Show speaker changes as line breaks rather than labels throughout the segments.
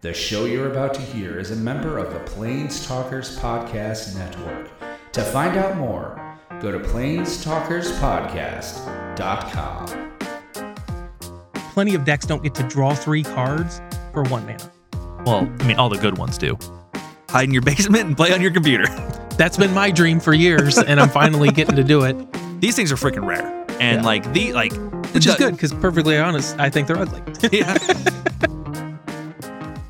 The show you're about to hear is a member of the Plains Talkers Podcast Network. To find out more, go to plainstalkerspodcast.com.
Plenty of decks don't get to draw three cards for one mana.
Well, I mean, all the good ones do. Hide in your basement and play on your computer.
That's been my dream for years, and I'm finally getting to do it,
These things are freaking rare,
Yeah.
and like the like,
which is good because, perfectly honest, I think they're ugly.
Yeah.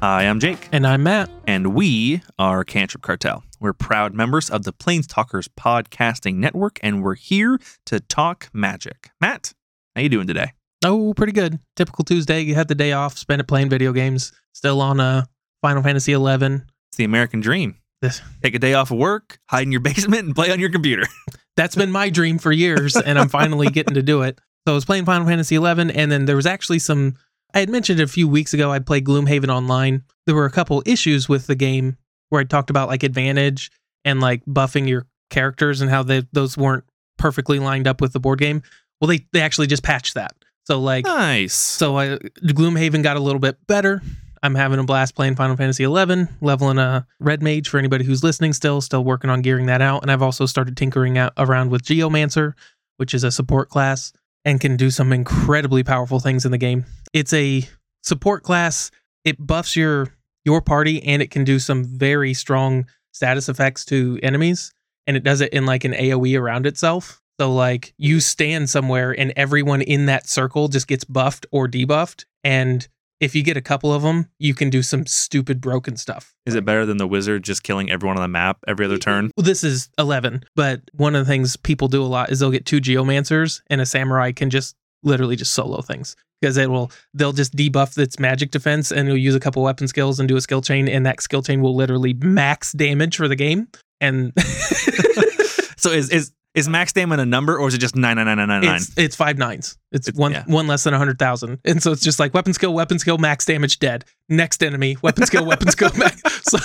Hi, I'm Jake,
and I'm Matt.
and we are Cantrip Cartel. We're proud members of the Plains Talkers Podcasting Network, and we're here to talk magic. Matt, how you doing today?
Oh, pretty good. Typical Tuesday. You had the day off, spent it playing video games. Still on uh, Final Fantasy XI.
It's the American dream.
This-
Take a day off of work, hide in your basement, and play on your computer.
That's been my dream for years, and I'm finally getting to do it. So I was playing Final Fantasy XI, and then there was actually some. I had mentioned a few weeks ago I played Gloomhaven online. There were a couple issues with the game where I talked about like advantage and like buffing your characters and how they, those weren't perfectly lined up with the board game. Well, they they actually just patched that. So like
Nice.
so I Gloomhaven got a little bit better. I'm having a blast playing Final Fantasy XI, leveling a red mage for anybody who's listening. Still, still working on gearing that out, and I've also started tinkering out around with Geomancer, which is a support class and can do some incredibly powerful things in the game. It's a support class. It buffs your your party, and it can do some very strong status effects to enemies, and it does it in like an AOE around itself. So like you stand somewhere, and everyone in that circle just gets buffed or debuffed, and if you get a couple of them, you can do some stupid broken stuff.
is it better than the wizard just killing everyone on the map every other turn?
Well, this is 11, but one of the things people do a lot is they'll get two geomancers and a samurai can just literally just solo things because it will they'll just debuff its magic defense and you'll use a couple weapon skills and do a skill chain and that skill chain will literally max damage for the game and
so is is is max stamina a number or is it just nine nine nine nine nine nine?
it's it's five nines it's
It's-
one
yeah.
one less than 100000 and so it's just like weapon skill weapon skill max damage dead next enemy weapon skill weapon skill max so,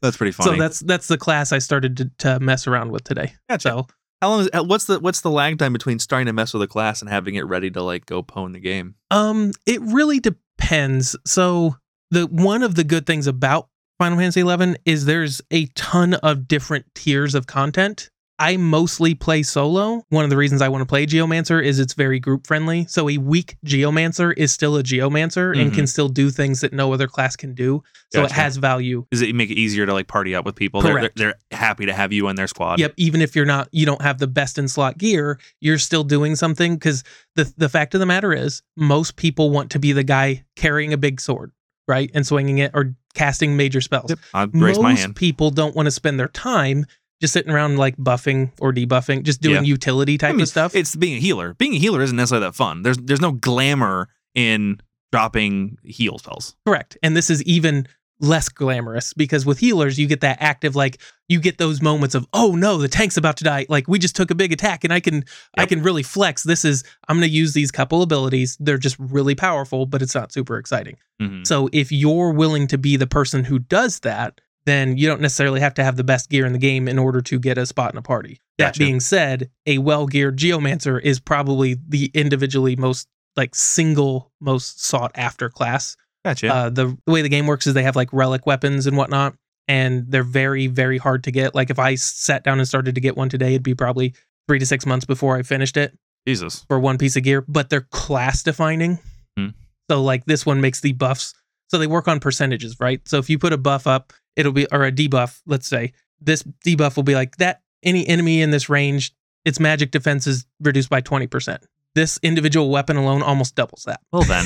That's pretty
so
funny.
that's that's the class i started to, to mess around with today
Gotcha.
so
How long is uh, what's the what's the lag time between starting to mess with a class and having it ready to like go pwn the game?
Um, it really depends. So the one of the good things about Final Fantasy Eleven is there's a ton of different tiers of content. I mostly play solo. One of the reasons I want to play Geomancer is it's very group friendly. So a weak Geomancer is still a Geomancer and
Mhm.
can still do things that no other class can do. So
Gotcha.
it has value.
Does it make it easier to like party up with people? They're-
Correct.
They're, they're happy to have you in their squad.
Yep, even if you're not you don't have the best in slot gear, you're still doing something cuz the the fact of the matter is most people want to be the guy carrying a big sword, right? And swinging it or casting major spells.
Yep. I raise
Most
my hand.
people don't want to spend their time just sitting around like buffing or debuffing, just doing utility type
I mean,
of stuff.
It's being a healer. Being a healer isn't necessarily that fun. There's there's no glamour in dropping heal spells.
Correct. And this is even less glamorous because with healers, you get that active, like you get those moments of, oh no, the tank's about to die. Like we just took a big attack and I can I
Yep.
can really flex. This is I'm gonna use these couple abilities. They're just really powerful, but it's not super exciting.
Mhm.
So if you're willing to be the person who does that, then you don't necessarily have to have the best gear in the game in order to get a spot in a party. That
Gotcha.
being said, a well-geared geomancer is probably the individually most like single most sought after class
Gotcha.
uh, the the way the game works is they have like relic weapons and whatnot, and they're very, very hard to get. Like if I sat down and started to get one today, it'd be probably three to six months before I finished it
Jesus.
for one piece of gear, but they're class defining.
Hmm.
So like this one makes the buffs. So they work on percentages, right? So if you put a buff up, it'll be or a debuff, let's say. This debuff will be like that any enemy in this range, its magic defense is reduced by 20%. This individual weapon alone almost doubles that
Well then,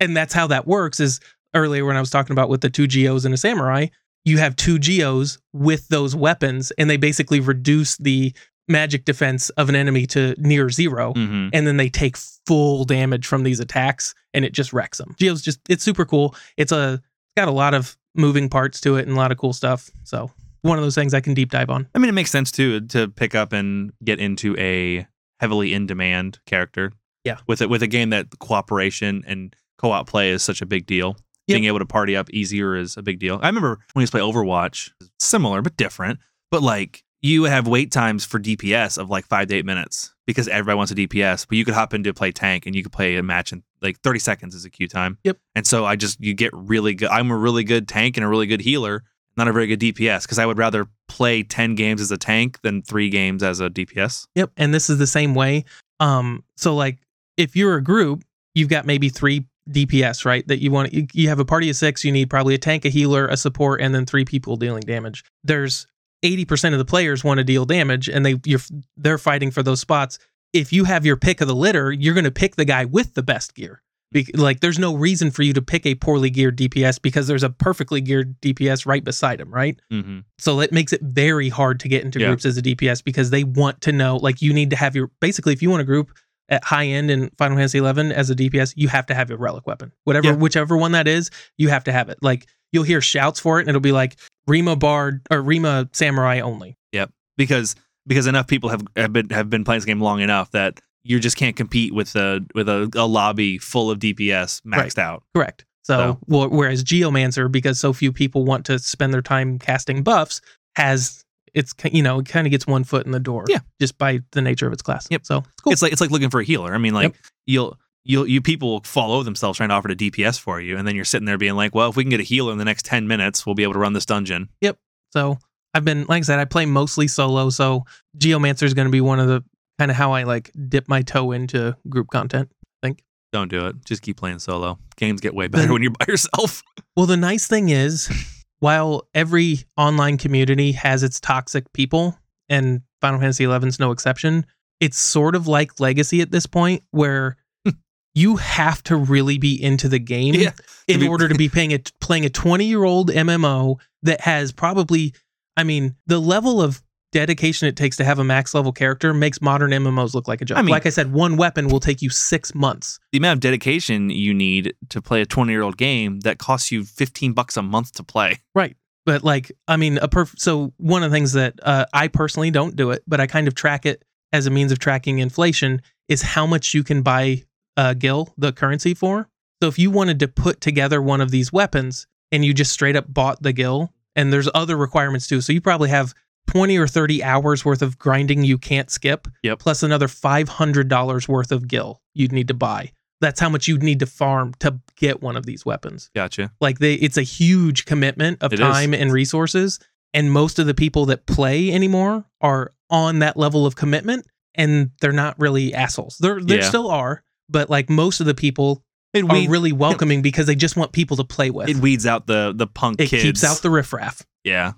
and that's how that works is earlier when i was talking about with the two geos and a samurai you have two geos with those weapons and they basically reduce the magic defense of an enemy to near 0
Mhm.
and then they take full damage from these attacks and it just wrecks them geos just it's super cool it's a got a lot of moving parts to it and a lot of cool stuff so one of those things i can deep dive on
I mean, it makes sense too to pick up and get into a heavily in demand character.
Yeah.
With it with a game that cooperation and co op play is such a big deal.
Yep.
Being able to party up easier is a big deal. I remember when we used to play Overwatch, similar but different. But like you would have wait times for DPS of like five to eight minutes because everybody wants a DPS, but you could hop into play tank and you could play a match in like 30 seconds is a queue time.
Yep.
And so I just, you get really good. I'm a really good tank and a really good healer, not a very good DPS because I would rather play 10 games as a tank than three games as a DPS.
Yep. And this is the same way. Um, so like if you're a group, you've got maybe three DPS, right? That you want you, you have a party of six, you need probably a tank, a healer, a support, and then three people dealing damage. There's 80% of the players want to deal damage and they you're they're fighting for those spots. If you have your pick of the litter, you're going to pick the guy with the best gear. Be- like there's no reason for you to pick a poorly geared DPS because there's a perfectly geared DPS right beside him, right?
Mm-hmm.
So it makes it very hard to get into
Yeah.
groups as a DPS because they want to know, like, you need to have your basically, if you want a group at high end in Final Fantasy eleven as a DPS, you have to have your relic weapon, whatever,
Yeah.
whichever one that is, you have to have it. Like, you'll hear shouts for it, and it'll be like Rima Bard or Rima Samurai only.
Because, because enough people have, have been, have been playing this game long enough that you just can't compete with a, with a, a lobby full of DPS maxed out.
Correct. So, wh- whereas Geomancer, because so few people want to spend their time casting buffs, has it's ki- you know it kind of gets one foot in the door,
Yeah.
just by the nature of its class.
Yep.
So it's cool.
It's like it's like looking for a healer. I mean, like you'll you'll you people will fall over themselves trying to offer to DPS for you, and then you're sitting there being like, well, if we can get a healer in the next ten minutes, we'll be able to run this dungeon.
So I've been, like I said, I play mostly solo. So Geomancer is going to be one of the kind of how I like dip my toe into group content.
Don't do it. Just keep playing solo. Games get way better
Then-
when you're by yourself.
Well, the nice thing is, while every online community has its toxic people, and Final Fantasy XI is no exception, it's sort of like Legacy at this point, where you have to really be into the game
Yeah.
in
To be-
order to be paying a, playing a 20 year old MMO that has probably, I mean, the level of dedication it takes to have a max level character makes modern MMOs look like a joke.
I mean-
like I said, one weapon will take you six months.
The amount of dedication you need to play a 20 year old game that costs you 15 bucks a month to play.
But like, I mean, a perf- so one of the things that uh, I personally don't do it, but I kind of track it as a means of tracking inflation is how much you can buy uh, Gil, the currency for. So if you wanted to put together one of these weapons and you just straight up bought the Gil, and there's other requirements too. So you probably have 20 or 30 hours worth of grinding you can't skip,
Yep.
plus another $500 worth of Gil you'd need to buy. That's how much you'd need to farm to get one of these weapons
Gotcha.
like they it's a huge commitment of
It is.
time and resources and most of the people that play anymore are on that level of commitment and they're not really assholes they're they
Yeah.
still are but like most of the people
It,
are
weed-
really welcoming because they just want people to play with
it
it,
weeds out the the punk kids.
keeps out the riffraff
yeah.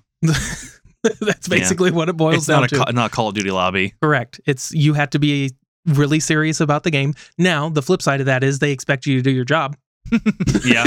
that's basically what it boils
It's
down
not a
to
ca- not a Call of Duty lobby.
Correct. It's you have to be really serious about the game. Now, the flip side of that is they expect you to do your job.
Yeah.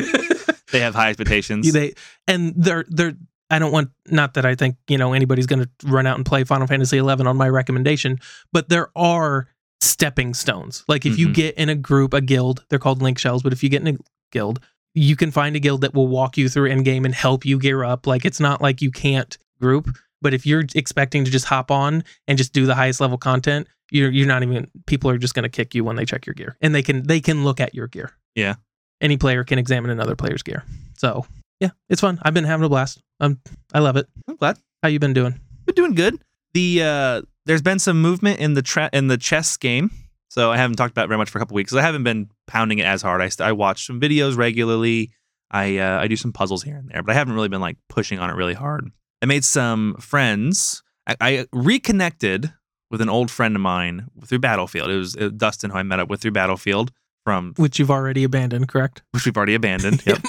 They have high expectations.
You- They and they're they're. I don't want not that I think you know anybody's going to run out and play Final Fantasy XI on my recommendation, but there are stepping stones. Like if you
Mhm.
get in a group, a guild, they're called link shells. But if you get in a guild, you can find a guild that will walk you through end game and help you gear up. Like it's not like you can't group, but if you're expecting to just hop on and just do the highest level content, you're you're not even. People are just going to kick you when they check your gear, and they can they can look at your gear.
Yeah.
any player can examine another player's gear. So yeah, it's fun. I've been having a blast. Um, I love it.
I'm glad.
How you been doing?
been doing good. The uh, there's been some movement in the tra- in the chess game, so I haven't talked about it very much for a couple weeks. 'cause I haven't been pounding it as hard. I, st- I watch some videos regularly. I uh, I do some puzzles here and there, but I haven't really been like pushing on it really hard. I made some friends. I, I reconnected with an old friend of mine through Battlefield. It was uh, Dustin who I met up with through Battlefield from
Which you've already abandoned, correct?
which we've already abandoned. Yep.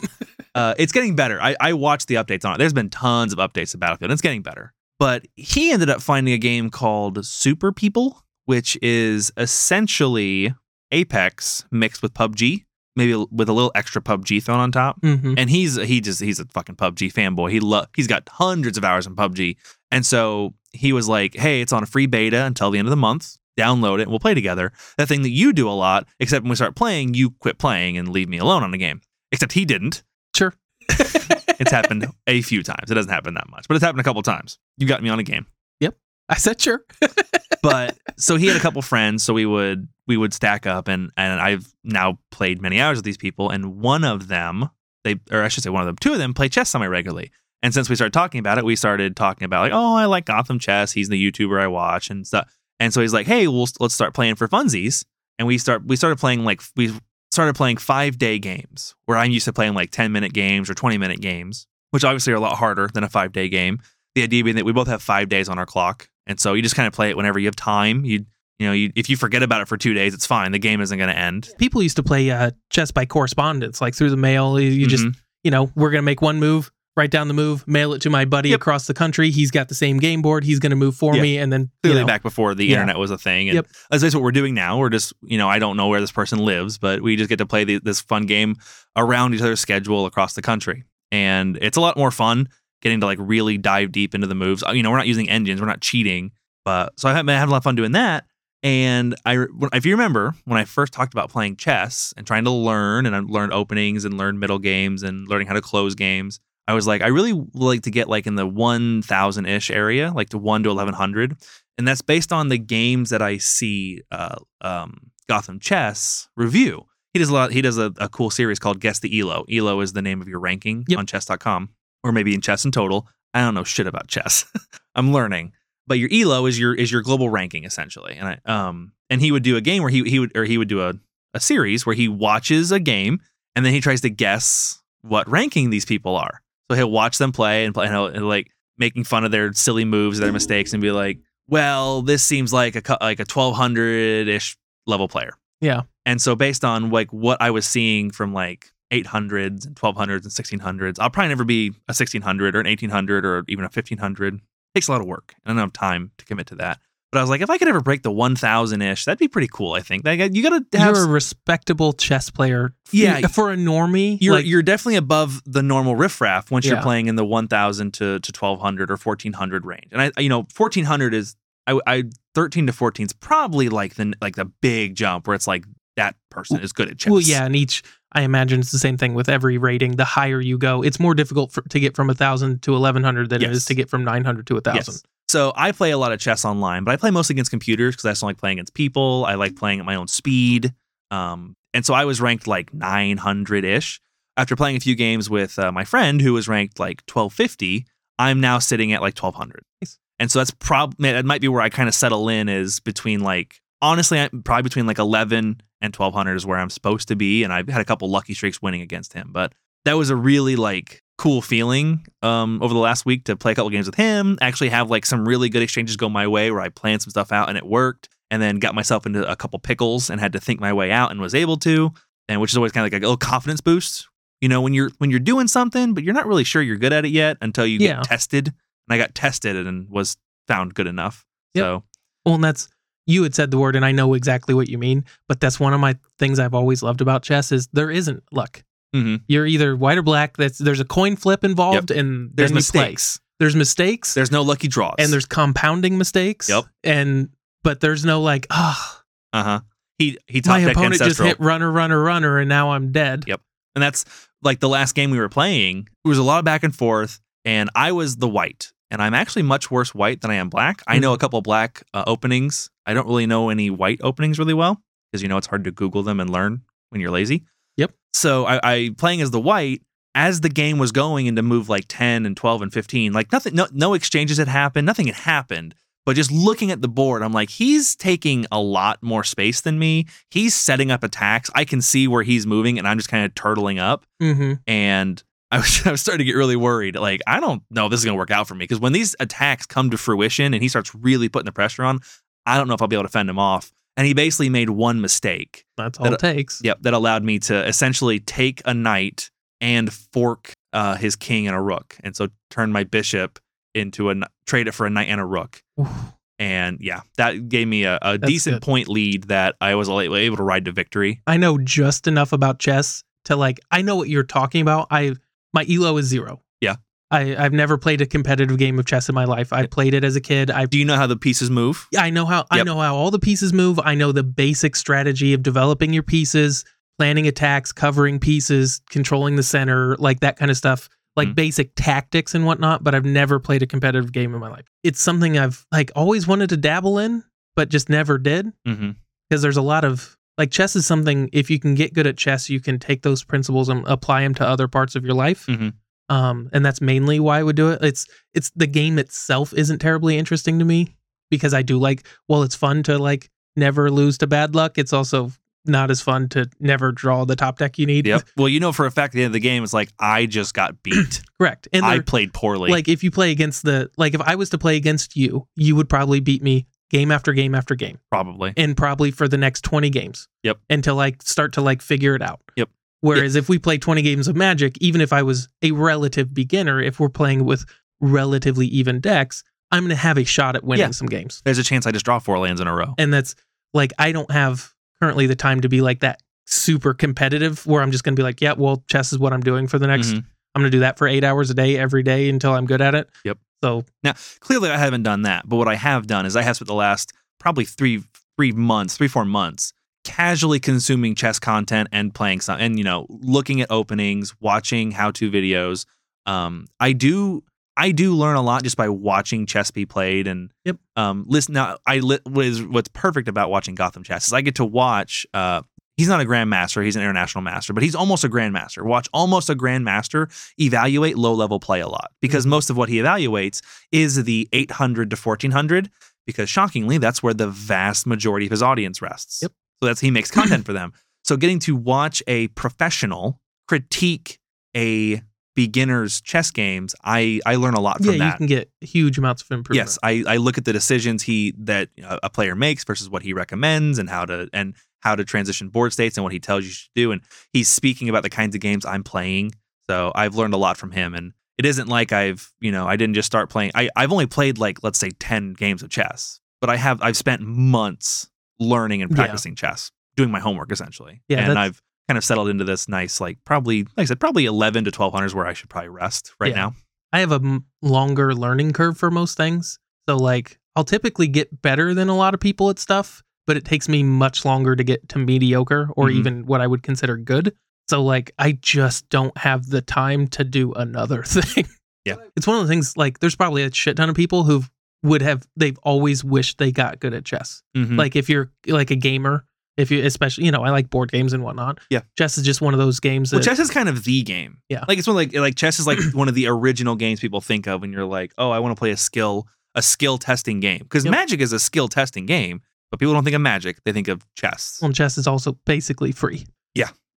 uh, it's getting better. I, I watched the updates on it. There's been tons of updates to Battlefield. and it's getting better. But he ended up finding a game called Super People, which is essentially Apex mixed with PUBG, maybe with a little extra PUBG thrown on top.
Mm-hmm.
And he's he just he's a fucking PUBG fanboy. He lo- he's got hundreds of hours in PUBG. And so he was like, "Hey, it's on a free beta until the end of the month. Download it and we'll play together." That thing that you do a lot, except when we start playing, you quit playing and leave me alone on the game. Except he didn't.
Sure.
It's happened a few times. It doesn't happen that much, but it's happened a couple times. You got me on a game
I said sure.
but so he had a couple friends so we would we would stack up and and i've now played many hours with these people and one of them they or i should say one of them two of them play chess semi regularly And since we started talking about it, we started talking about like, oh, I like Gotham Chess. He's the YouTuber I watch and stuff. And so he's like, hey, we'll let's start playing for funsies. And we start we started playing like we started playing five day games where I'm used to playing like ten minute games or twenty minute games, which obviously are a lot harder than a five day game. The idea being that we both have five days on our clock, and so you just kind of play it whenever you have time. You you know, you, if you forget about it for two days, it's fine. The game isn't going to end.
People used to play uh, chess by correspondence, like through the mail. You you just,
Mhm.
you know, we're going to make one move, write down the move, mail it to my buddy
Yep.
across the country. He's got the same game board. He's going to move for
Yeah.
me. And then, you
clearly
know,
back before the
Yeah.
internet was a thing. And
Yep.
that's basically what we're doing now. We're just, you know, I don't know where this person lives, but we just get to play the, this fun game around each other's schedule across the country. And it's a lot more fun getting to like really dive deep into the moves. Uh, You know, we're not using engines, we're not cheating. But so I've been having a lot of fun doing that. And I, when- if you remember, when I first talked about playing chess and trying to learn, and I learned openings and learned middle games and learning how to close games, I was like, I really like to get like in the one thousand ish area, like to one to eleven hundred, and that's based on the games that I see. Uh, um, Gotham Chess review. He does a lot. He does a, a cool series called Guess the Elo. Elo is the name of your ranking
Yep.
on Chess.com, or maybe in Chess in total. I don't know shit about chess. I'm learning, but your Elo is your is your global ranking essentially. And I um and he would do a game where he he would or he would do a a series where he watches a game and then he tries to guess what ranking these people are. So he'll watch them play and play and, he'll, and like making fun of their silly moves, their mistakes, and be like, "Well, this seems like a cu- like a twelve hundred ish level player."
Yeah.
And so based on like what I was seeing from like 800s and 1200s and 1600s, I'll probably never be a 1600 or an 1800 or even a 1500. takes a lot of work. and I don't have time to commit to that. But I was like, if I could ever break the 1000 ish, that'd be pretty cool. I think Like, you got to have
you're a respectable chess player.
Yeah.
For a normie,
you're
like,
you're definitely above the normal riffraff once
Yeah.
you're playing in the 1000 to, to 1200 or 1400 range. And I, I- you know, 1400 is I, I 13 to 14 is probably like the like the big jump where it's like that person is good at chess.
Well, yeah, and each I imagine it's the same thing with every rating. The higher you go, it's more difficult for, to get from thousand to eleven hundred than it
Yes.
is to get from nine hundred to thousand.
Yes. So I play a lot of chess online, but I play mostly against computers because I just don't like playing against people. I like playing at my own speed. Um, and so I was ranked like 900 ish. After playing a few games with uh, my friend who was ranked like 1250, I'm now sitting at like 1200.
Nice.
And so that's probably, that might be where I kind of settle in is between like, honestly, I'm probably between like 11 and 1200 is where I'm supposed to be. And I've had a couple lucky streaks winning against him, but that was a really like cool feeling um, over the last week to play a couple games with him. Actually, have like some really good exchanges go my way where I planned some stuff out and it worked, and then got myself into a couple pickles and had to think my way out and was able to, and which is always kind of like a little confidence boost. You know, when you're when you're doing something, but you're not really sure you're good at it yet until you
Yeah.
get tested. And I got tested and was found good enough.
Yep.
So
Well, and that's you had said the word, and I know exactly what you mean. But that's one of my things I've always loved about chess is there isn't luck.
Mhm.
You're either white or black. That's there's a coin flip involved, and
there's
then you play.
mistakes.
There's mistakes,
There's no lucky draws.
and there's compounding mistakes.
Yep.
And but there's no like, ah,
uh huh. He he
my
top decked
opponent just
ancestral.
hit runner, runner, runner, and now I'm dead.
Yep. And that's like the last game we were playing, there was a lot of back and forth, and I was the white. And I'm actually much worse white than I am black. I know a couple black uh, openings. I don't really know any white openings really well because you know it's hard to Google them and learn when you're lazy.
Yep.
So I, I playing as the white as the game was going into move like 10 and 12 and 15, like nothing, no, no exchanges had happened, nothing had happened. But just looking at the board, I'm like, he's taking a lot more space than me. He's setting up attacks. I can see where he's moving, and I'm just kind of turtling up.
Mm-hmm.
And I was, I was starting to get really worried. Like, I don't know if this is going to work out for me because when these attacks come to fruition and he starts really putting the pressure on, I don't know if I'll be able to fend him off. And he basically made one mistake
That's all
That-
it takes.
Yep, that allowed me to essentially take a knight and fork uh, his king and a rook, and so turn my bishop into a kn- trade it for a knight and a rook. And yeah, that gave me a, a
That's
decent
good.
point lead that I was al- able to ride to victory.
I know just enough about chess to like I know what you're talking about. I my elo is zero.
Yeah.
I I've never played a competitive game of chess in my life. I played it as a kid. I
Do you know how the pieces move?
I know how I
Yep.
know how all the pieces move. I know the basic strategy of developing your pieces, planning attacks, covering pieces, controlling the center, like that kind of stuff. Like
Mhm.
basic tactics and whatnot, but I've never played a competitive game in my life. It's something I've like always wanted to dabble in, but just never did
Mm-hmm.
because there's a lot of like chess is something if you can get good at chess you can take those principles and apply them to other parts of your life
Mhm.
um, and that's mainly why I would do it. It's it's the game itself isn't terribly interesting to me because I do like well, it's fun to like never lose to bad luck. It's also not as fun to never draw the top deck you need.
Yep. Well, you know for a fact at the end of the game, it's like I just got beat.
Correct. And
I
they're-
played poorly.
like if you play against the like if I was to play against you, you would probably beat me game after game after game.
probably.
and probably for the next 20 games.
Yep.
Until I start to like figure it out.
Yep.
Whereas if we play 20 games of Magic, even if I was a relative beginner, if we're playing with relatively even decks, I'm going to have a shot at winning
Yeah.
some games.
There's a chance I just draw four lands in a row.
And that's like, I don't have currently the time to be like that super competitive where I'm just going to be like, yeah, well, chess is what I'm doing for the next,
Mhm.
I'm going to do that for eight hours a day every day until I'm good at it.
Yep.
So
Clearly, I haven't done that. But what I have done is I have spent the last probably three three months, three four months, casually consuming chess content and playing some, and you know, looking at openings, watching how to videos. Um, I do. I do learn a lot just by watching chess be played and
Yep.
um listen now I li- what is what's perfect about watching Gotham chess is I get to watch uh he's not a grandmaster he's an international master but he's almost a grandmaster watch almost a grandmaster evaluate low level play a lot because
Mm-hmm.
most of what he evaluates is the 800 to 1400 because shockingly that's where the vast majority of his audience rests
Yep.
so that's he makes content for them so getting to watch a professional critique a beginner's chess games i i learn a lot from
yeah,
that
you can get huge amounts of improvement.
Yes, I, I look at the decisions he that uh, a player makes versus what he recommends and how to and how to transition board states and what he tells you should do. And he's speaking about the kinds of games I'm playing. So I've learned a lot from him. And it isn't like I've you know I didn't just start playing. I I've only played like let's say ten games of chess, but I have I've spent months learning and
Yeah.
practicing chess, doing my homework essentially.
Yeah,
and
that's-
I've kind of settled into this nice like probably like I said probably eleven to twelve hundred is where I should probably rest right
Yeah.
now.
I have a m- longer learning curve for most things. So like I'll typically get better than a lot of people at stuff, but it takes me much longer to get to mediocre or
Mhm.
even what I would consider good. So like I just don't have the time to do another thing.
Yeah.
It's one of the things like there's probably a shit ton of people who would have they've always wished they got good at chess
Mhm.
like if you're like a gamer if you especially you know i like board games and whatnot
Yeah.
chess is just one of those games that
Well, chess is kind of the game.
Yeah.
like it's one like like chess is like one of the original games people think of when you're like, oh, I want to play a skill a skill testing game because
Yep.
Magic is a skill testing game, but people don't think of Magic; they think of chess.
well, chess is also basically free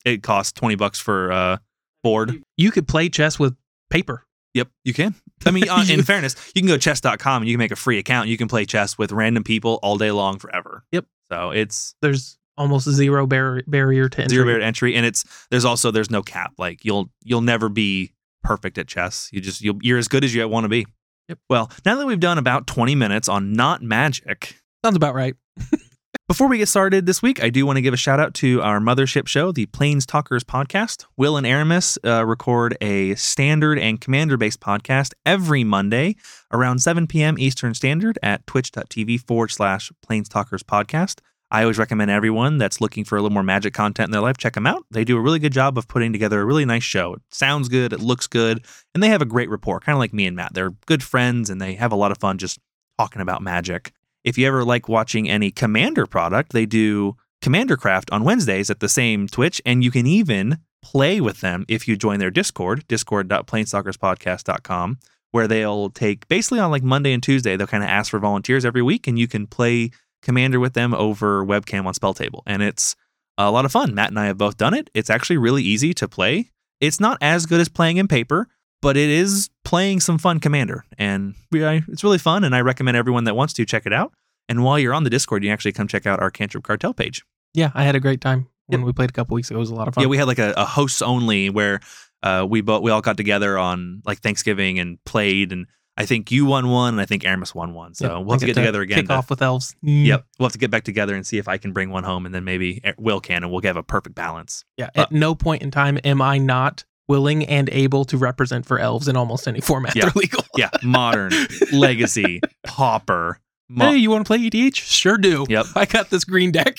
it costs twenty bucks for uh board.
you could play chess with paper
Yep, you can. I mean, uh, in
You-
fairness, you can go to chess.com and you can make a free account. You can play chess with random people all day long forever.
Yep.
So it's
there's almost zero bar- barrier to entry.
zero barrier to entry, and it's there's also there's no cap. Like you'll you'll never be perfect at chess. You just you'll, you're as good as you want to be.
Yep.
Well, now that we've done about 20 minutes on not magic,
Sounds about right.
before we get started this week, I do want to give a shout out to our mothership show, the Plains Talkers podcast. Will and Aramis uh, record a standard and commander based podcast every Monday around 7 p.m. Eastern Standard at twitch.tv forward slash Plains Talkers podcast. I always recommend everyone that's looking for a little more magic content in their life, check them out. They do a really good job of putting together a really nice show. It sounds good, it looks good, and they have a great rapport, kind of like me and Matt. They're good friends and they have a lot of fun just talking about magic. If you ever like watching any Commander product, they do Commander Craft on Wednesdays at the same Twitch, and you can even play with them if you join their Discord, discord.plainstalkerspodcast.com, where they'll take basically on like Monday and Tuesday, they'll kind of ask for volunteers every week, and you can play Commander with them over webcam on Spell Table. And it's a lot of fun. Matt and I have both done it. It's actually really easy to play. It's not as good as playing in paper, but it is playing some fun Commander, and we, I, it's really fun. And I recommend everyone that wants to check it out. And while you're on the Discord, you can actually come check out our Cantrip Cartel page.
Yeah, I had a great time when
Yep.
we played a couple weeks ago. It was a lot of fun.
Yeah, we had like a, a hosts only where uh, we both we all got together on like Thanksgiving and played. And I think you won one, and I think Aramis won one. So
Yep,
we'll have to
I
get
to
together again.
Kick
to-
off with elves.
Yep, we'll have to get back together and see if I can bring one home, and then maybe eh, Will can, and we'll have a perfect balance.
Yeah. At no point in time am I not willing and able to represent for elves in almost any format.
Yeah.
They're legal.
Yeah, modern, legacy, pauper, mo-
hey, you want to play EDH? Sure do.
Yep.
I got this green deck.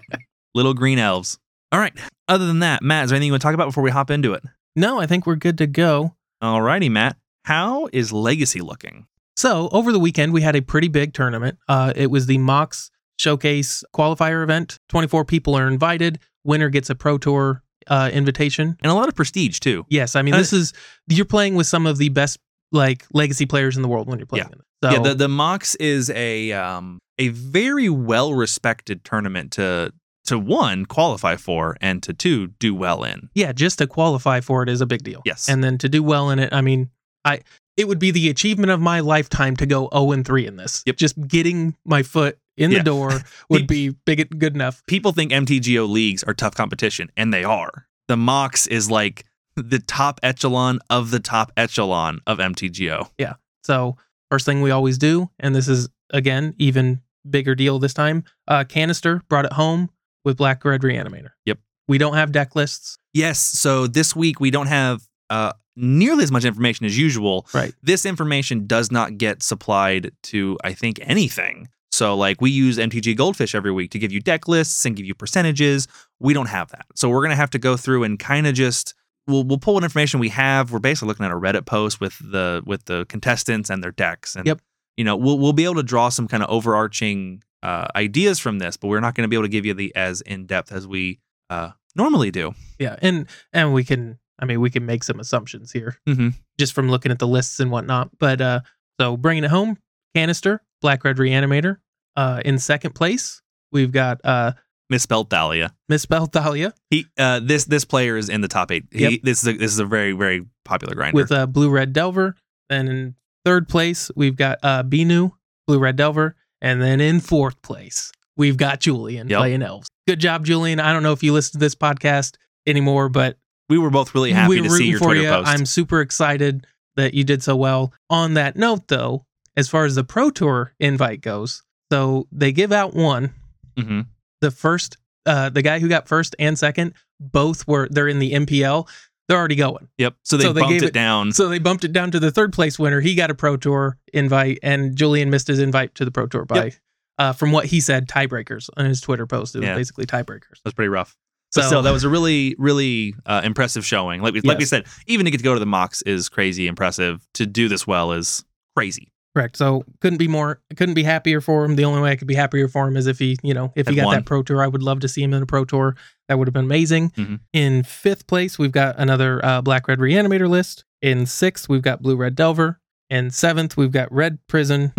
little green elves. All right. Other than that, Matt, is there anything you want to talk about before we hop into it?
no, I think we're good to go.
All righty, Matt. How is Legacy looking?
So over the weekend, we had a pretty big tournament. Uh, it was the Mox Showcase Qualifier event. 24 people are invited. Winner gets a Pro Tour uh, invitation.
and a lot of prestige too.
Yes, I mean
Uh,
this is you're playing with some of the best like legacy players in the world when you're playing. it. So
Yeah, the the Mox is a um a very well respected tournament to to one qualify for and to two do well in.
yeah, just to qualify for it is a big deal.
Yes.
and then to do well in it, I mean, I it would be the achievement of my lifetime to go zero and three in this.
Yep.
Just getting my foot in
Yeah.
the door would be big good enough.
People think MTGO leagues are tough competition, and they are. The Mox is like the top echelon of the top echelon of MTGO.
So first thing we always do, and this is again even bigger deal this time. Uh, Canister brought it home with Black Red Reanimator.
Yep.
We don't have deck lists.
Yes, so this week we don't have uh, nearly as much information as usual.
Right.
This information does not get supplied to, I think, anything. So, like, we use MTG Goldfish every week to give you deck lists and give you percentages. We don't have that. So, we're going to have to go through and kind of just. We'll, we'll pull what information we have. We're basically looking at a Reddit post with the with the contestants and their decks, and
Yep.
you know we'll we'll be able to draw some kind of overarching uh, ideas from this, but we're not going to be able to give you the as in depth as we uh, normally do.
Yeah, and and we can I mean we can make some assumptions here
Mhm.
just from looking at the lists and whatnot. But uh, so bringing it home, Canister, Black Red Reanimator. Uh, in second place, we've got uh,
misspelled Thalia.
Misspelled Thalia
He uh, this this player is in the top eight. He,
Yep.
This is a, this is a very very popular grinder.
with uh, Blue Red Delver. Then in third place, we've got uh, Binu, Blue Red Delver. And then in fourth place, we've got Julian
Yep.
playing Elves. Good job, Julian. I don't know if you listened to this podcast anymore, but
we were both really happy
We're
to see
rooting
your
for
Twitter
you.
post.
I'm super excited that you did so well. On that note, though, as far as the Pro Tour invite goes, so they give out one.
hmm
The first, uh, the guy who got first and second, both were they're in the MPL. They're already going,
Yep. So they
So they
bumped
gave
it,
it-
down.
Um, so they bumped it down to the third place winner. He got a Pro Tour invite, and Julian missed his invite to the Pro Tour by, uh, from what he said, tiebreakers on his Twitter post. It was
Yeah.
basically tiebreakers.
That's pretty rough.
So,
but still, that was a really really uh, impressive showing. Like we like we
Yes.
said, even to get to go to the mocks is crazy impressive. To do this well is crazy.
Correct. So couldn't be more couldn't be happier for him. The only way I could be happier for him is if he, you know, if he
Had
got
won.
that pro tour. I would love to see him in a pro tour. That would have been amazing.
Mhm.
In fifth place, we've got another uh, Black Red Reanimator list. In sixth, we've got Blue Red Delver. In seventh, we've got Red Prison.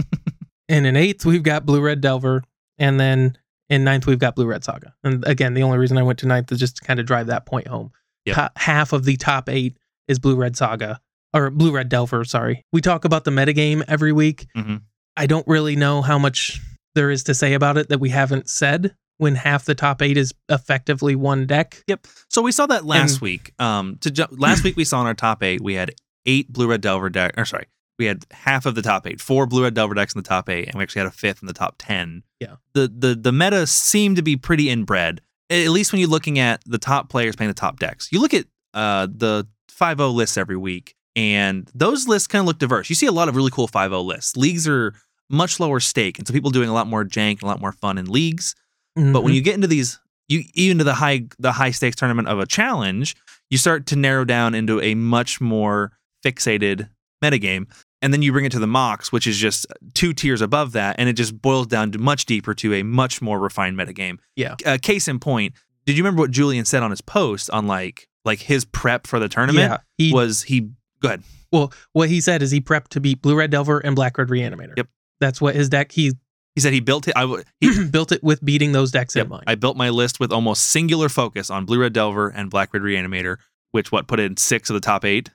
and in eighth, we've got Blue Red Delver. And then in ninth, we've got Blue Red Saga. And again, the only reason I went to ninth is just to kind of drive that point home.
Yep.
Ta- half of the top eight is Blue Red Saga or Blue Red Delver. Sorry. We talk about the metagame every week.
Mhm.
I don't really know how much there is to say about it that we haven't said when half the top eight is effectively one deck.
So we saw that last
And-
week. Um, to ju- last week we saw in our top eight we had eight blue red delver deck. Or sorry, we had half of the top eight, four blue red delver decks in the top eight, and we actually had a fifth in the top ten.
Yeah.
The the the meta seemed to be pretty inbred. a- At least when you're looking at the top players playing the top decks, you look at uh the 5-0 lists every week, and those lists kind of look diverse. You see a lot of really cool 5-0 lists. Leagues are much lower stake, and so people doing a lot more jank and a lot more fun in leagues. But
Mm-hmm.
when you get into these, you even to the high the high stakes tournament of a challenge, you start to narrow down into a much more fixated metagame. And then you bring it to the Mox, which is just two tiers above that, and it just boils down to much deeper to a much more refined metagame.
Yeah.
Uh, case in point, did you remember what Julian said on his post on like like his prep for the tournament
Mm-hmm. yeah, he
was he go ahead
well, what he said is he prepped to beat Blue Red Delver and Black Red Reanimator.
Yep.
That's what his deck he
he said he built it I w- he,
built it with beating those decks
Yep.
in mind.
I built my list with almost singular focus on Blue Red Delver and Black Red Reanimator, which what put in six of the top eight.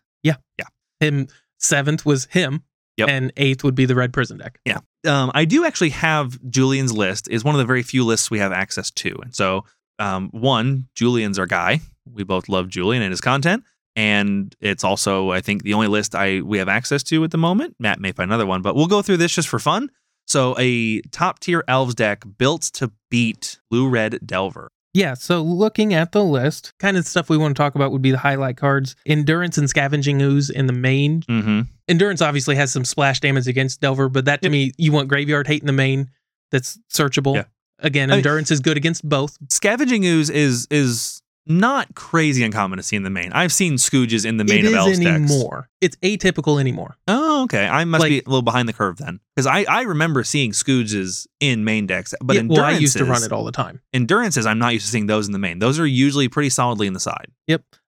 him seventh was him,
Yep.
and eighth would be the Red Prison deck.
Um, I do actually have Julian's list. is one of the very few lists we have access to, and so um, one Julian's our guy. We both love Julian and his content, and it's also I think the only list I we have access to at the moment. Matt may find another one, but we'll go through this just for fun. So a top tier elves deck built to beat Blue Red Delver.
Yeah, so looking at the list, kind of stuff we want to talk about would be the highlight cards. Endurance and Scavenging Ooze in the main.
Mm-hmm.
Endurance obviously has some splash damage against Delver, but that to
Yep.
me, you want Graveyard Hate in the main that's searchable.
Yeah.
Again,
I mean-
Endurance is good against both.
Scavenging ooze is is not crazy uncommon to see in the main. I've seen Scooges in the main
it
of
is
Elves decks.
anymore. It's atypical anymore.
Oh, okay. I must
Like-
be a little behind the curve then, because I, I remember seeing Scooges in main decks, but
Yeah,
endurances
well, I used to run it all the time.
endurances I'm not used to seeing those in the main. Those are usually pretty solidly in the side.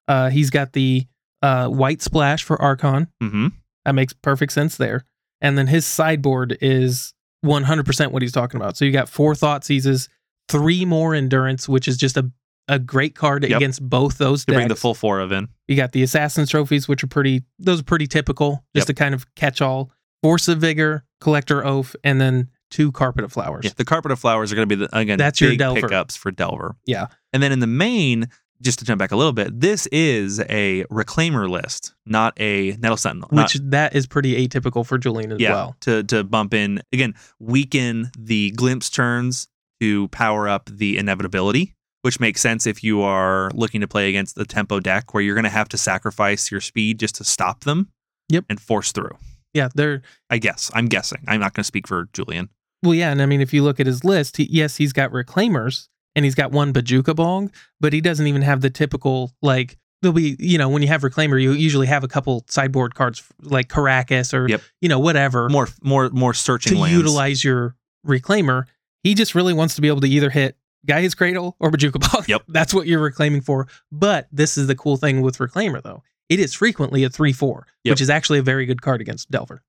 Uh, he's got the uh, white splash for Archon.
Mm-hmm.
That makes perfect sense there. And then his sideboard is 100% what he's talking about. So you got four thought seizes, three more endurance, which is just a, a great card
Yep.
against both those
To
decks.
bring the full four of in.
You got the assassin's trophies, which are pretty. Those are pretty typical, just a kind of catch-all. Force of vigor, collector oath, and then two carpet of flowers.
Yeah, the carpet of flowers are going to be the, again
That's your
big
Delver.
pickups for Delver.
Yeah.
and then in the main, just to jump back a little bit, this is a reclaimer list, not a nettle sentinel. not-
Which that is pretty atypical for Julian as
yeah,
well.
to to bump in again, weaken the glimpse turns to power up the inevitability, which makes sense if you are looking to play against the tempo deck where you're going to have to sacrifice your speed just to stop them.
Yep.
and force through.
Yeah, they're
I guess I'm guessing. I'm not going to speak for Julian.
well, yeah, and I mean, if you look at his list, he, yes, he's got reclaimers and he's got one bajuka bong, but he doesn't even have the typical like. There'll be, you know, when you have reclaimer, you usually have a couple sideboard cards like Caracas or
Yep.
you know whatever
More more more
to
searching lands.
utilize your reclaimer. He just really wants to be able to either hit Gaia's Cradle or Bajuka Bog.
Yep.
That's what you're reclaiming for. But this is the cool thing with reclaimer though. It is frequently a 3-4,
Yep.
which is actually a very good card against Delver.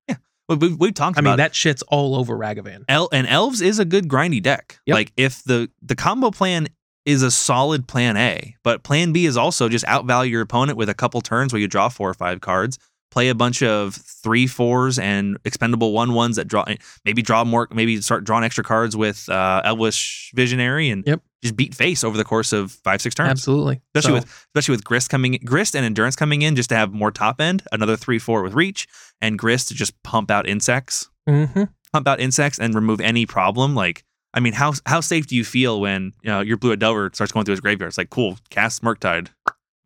We- we- we've talked
I
about
mean, that shit's all over Ragavan.
El- and elves is a good grindy deck.
Yep.
Like if the the combo plan is a solid plan A, but plan B is also just outvalue your opponent with a couple turns where you draw four or five cards, play a bunch of three fours and expendable one ones that draw maybe draw more maybe start drawing extra cards with uh, Elvish Visionary and
Yep.
just beat face over the course of five six turns.
Absolutely.
Especially
So,
with especially with Grist coming Grist and Endurance coming in just to have more top end, another three four with reach, and Grist to just pump out insects
mhm.
pump out insects and remove any problem. Like, I mean, how how safe do you feel when you know, your blue at Delver starts going through his graveyard? It's like, cool, cast Murktide.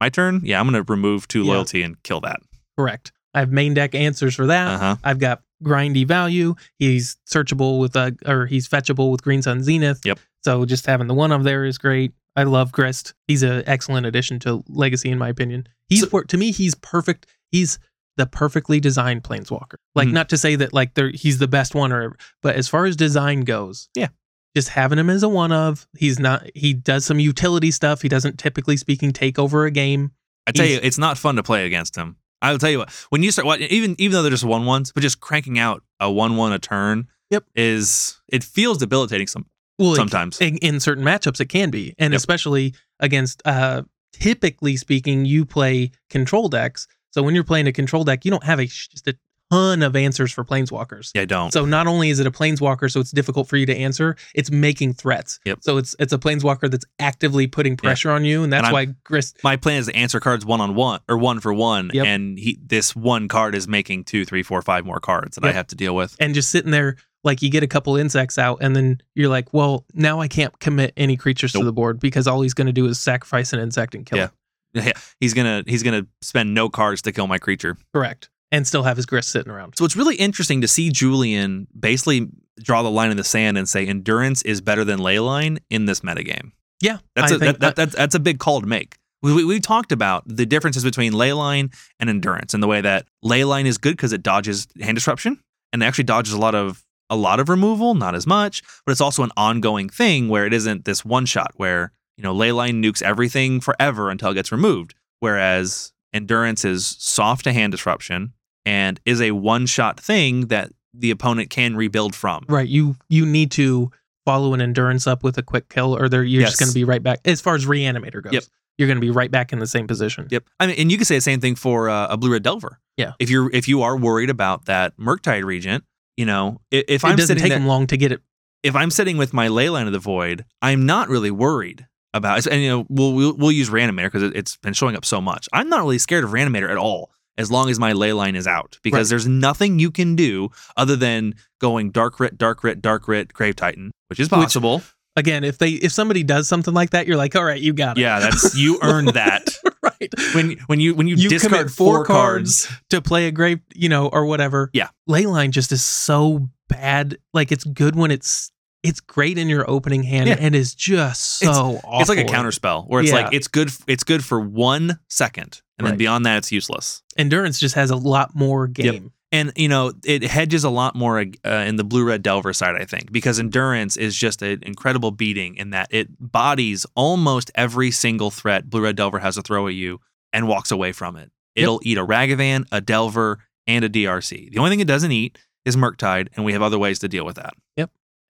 My turn? Yeah, I'm gonna remove two
Yeah.
loyalty and kill that.
correct. I have main deck answers for that.
Uh huh.
I've got grindy value. He's searchable with a or he's fetchable with Green Sun Zenith.
Yep.
So just having the one of there is great. I love Grist. He's an excellent addition to Legacy, in my opinion. He's
So-
wor- to me, he's perfect. He's the perfectly designed planeswalker. Like
Mhm.
not to say that like they're, he's the best one or, but as far as design goes,
Yeah.
Just having him as a one of, he's not. He does some utility stuff. He doesn't typically speaking take over a game.
I tell you,
He's-
it's not fun to play against him. I will tell you what. When you start, what even even though they're just one ones, but just cranking out a one one a turn.
Yep.
Is it feels debilitating some
Well, it-
sometimes.
in, in certain matchups it can be and
Yep.
especially against uh typically speaking you play control decks so when you're playing a control deck you don't have a sh- just a ton of answers for planeswalkers
yeah, I don't.
so not only is it a planeswalker so it's difficult for you to answer it's making threats
Yep.
so it's it's a planeswalker that's actively putting pressure on you and that's
I'm-
why grist
my plan is to answer cards one on one or one for one,
Yep.
and he, this one card is making two, three, four, five more cards that I
Yep.
have to deal with.
and just sitting there like you get a couple insects out and then you're like well now i can't commit any creatures to
Nope.
the board because all he's going to do is sacrifice an insect and kill
Yeah.
it
he's gonna he's gonna spend no cards to kill my creature.
correct and still have his grist sitting around
So it's really interesting to see Julian basically draw the line in the sand and say endurance is better than leyline in this metagame.
Yeah,
That's
I
a,
think- uh,
that, that, that's that's a big call to make. We, we, we talked about the differences between leyline and endurance and the way that leyline is good because it dodges hand disruption and it actually dodges a lot of a lot of removal, not as much, but it's also an ongoing thing where it isn't this one shot where you know leyline nukes everything forever until it gets removed. Whereas endurance is soft to hand disruption and is a one shot thing that the opponent can rebuild from.
Right. You you need to follow an endurance up with a quick kill, or they're, you're just
Yes.
going to be right back. As far as reanimator goes,
Yep.
you're going to be right back in the same position.
Yep. I mean, and you could say the same thing for uh, a blue red Delver.
Yeah.
If you're if you are worried about that Murktide Regent, you know, if, if
It
I'm
doesn't
sitting
take
there,
them long to get it.
if I'm sitting with my Leyline of the Void, I'm not really worried about. And you know, we'll we'll, we'll use Reanimator because it, it's been showing up so much. I'm not really scared of Reanimator at all. As long as my ley line is out, because
Right.
there's nothing you can do other than going dark writ, dark writ, dark writ, grave titan, which is
Which-
possible.
Again, if they if somebody does something like that, you're like, all right, you got it.
yeah, that's you earned that.
right.
when when you when you,
You
discard
commit four
four cards,
to play a grave, you know, or whatever.
Yeah.
Leyline just is so bad. Like it's good when it's it's great in your opening hand
Yeah.
and is just so awful.
It's like a counter spell where it's
Yeah.
like it's good. f- It's good for one second, and
Right.
then beyond that, it's useless.
Endurance just has a lot more
Yep.
game.
And you know, it hedges a lot more uh, in the blue red delver side, I think, because endurance is just an incredible beating in that it bodies almost every single threat blue red delver has to throw at you and walks away from it.
Yep.
It'll eat a ragavan, a delver, and a drc. The only thing it doesn't eat is Murktide, and we have other ways to deal with that.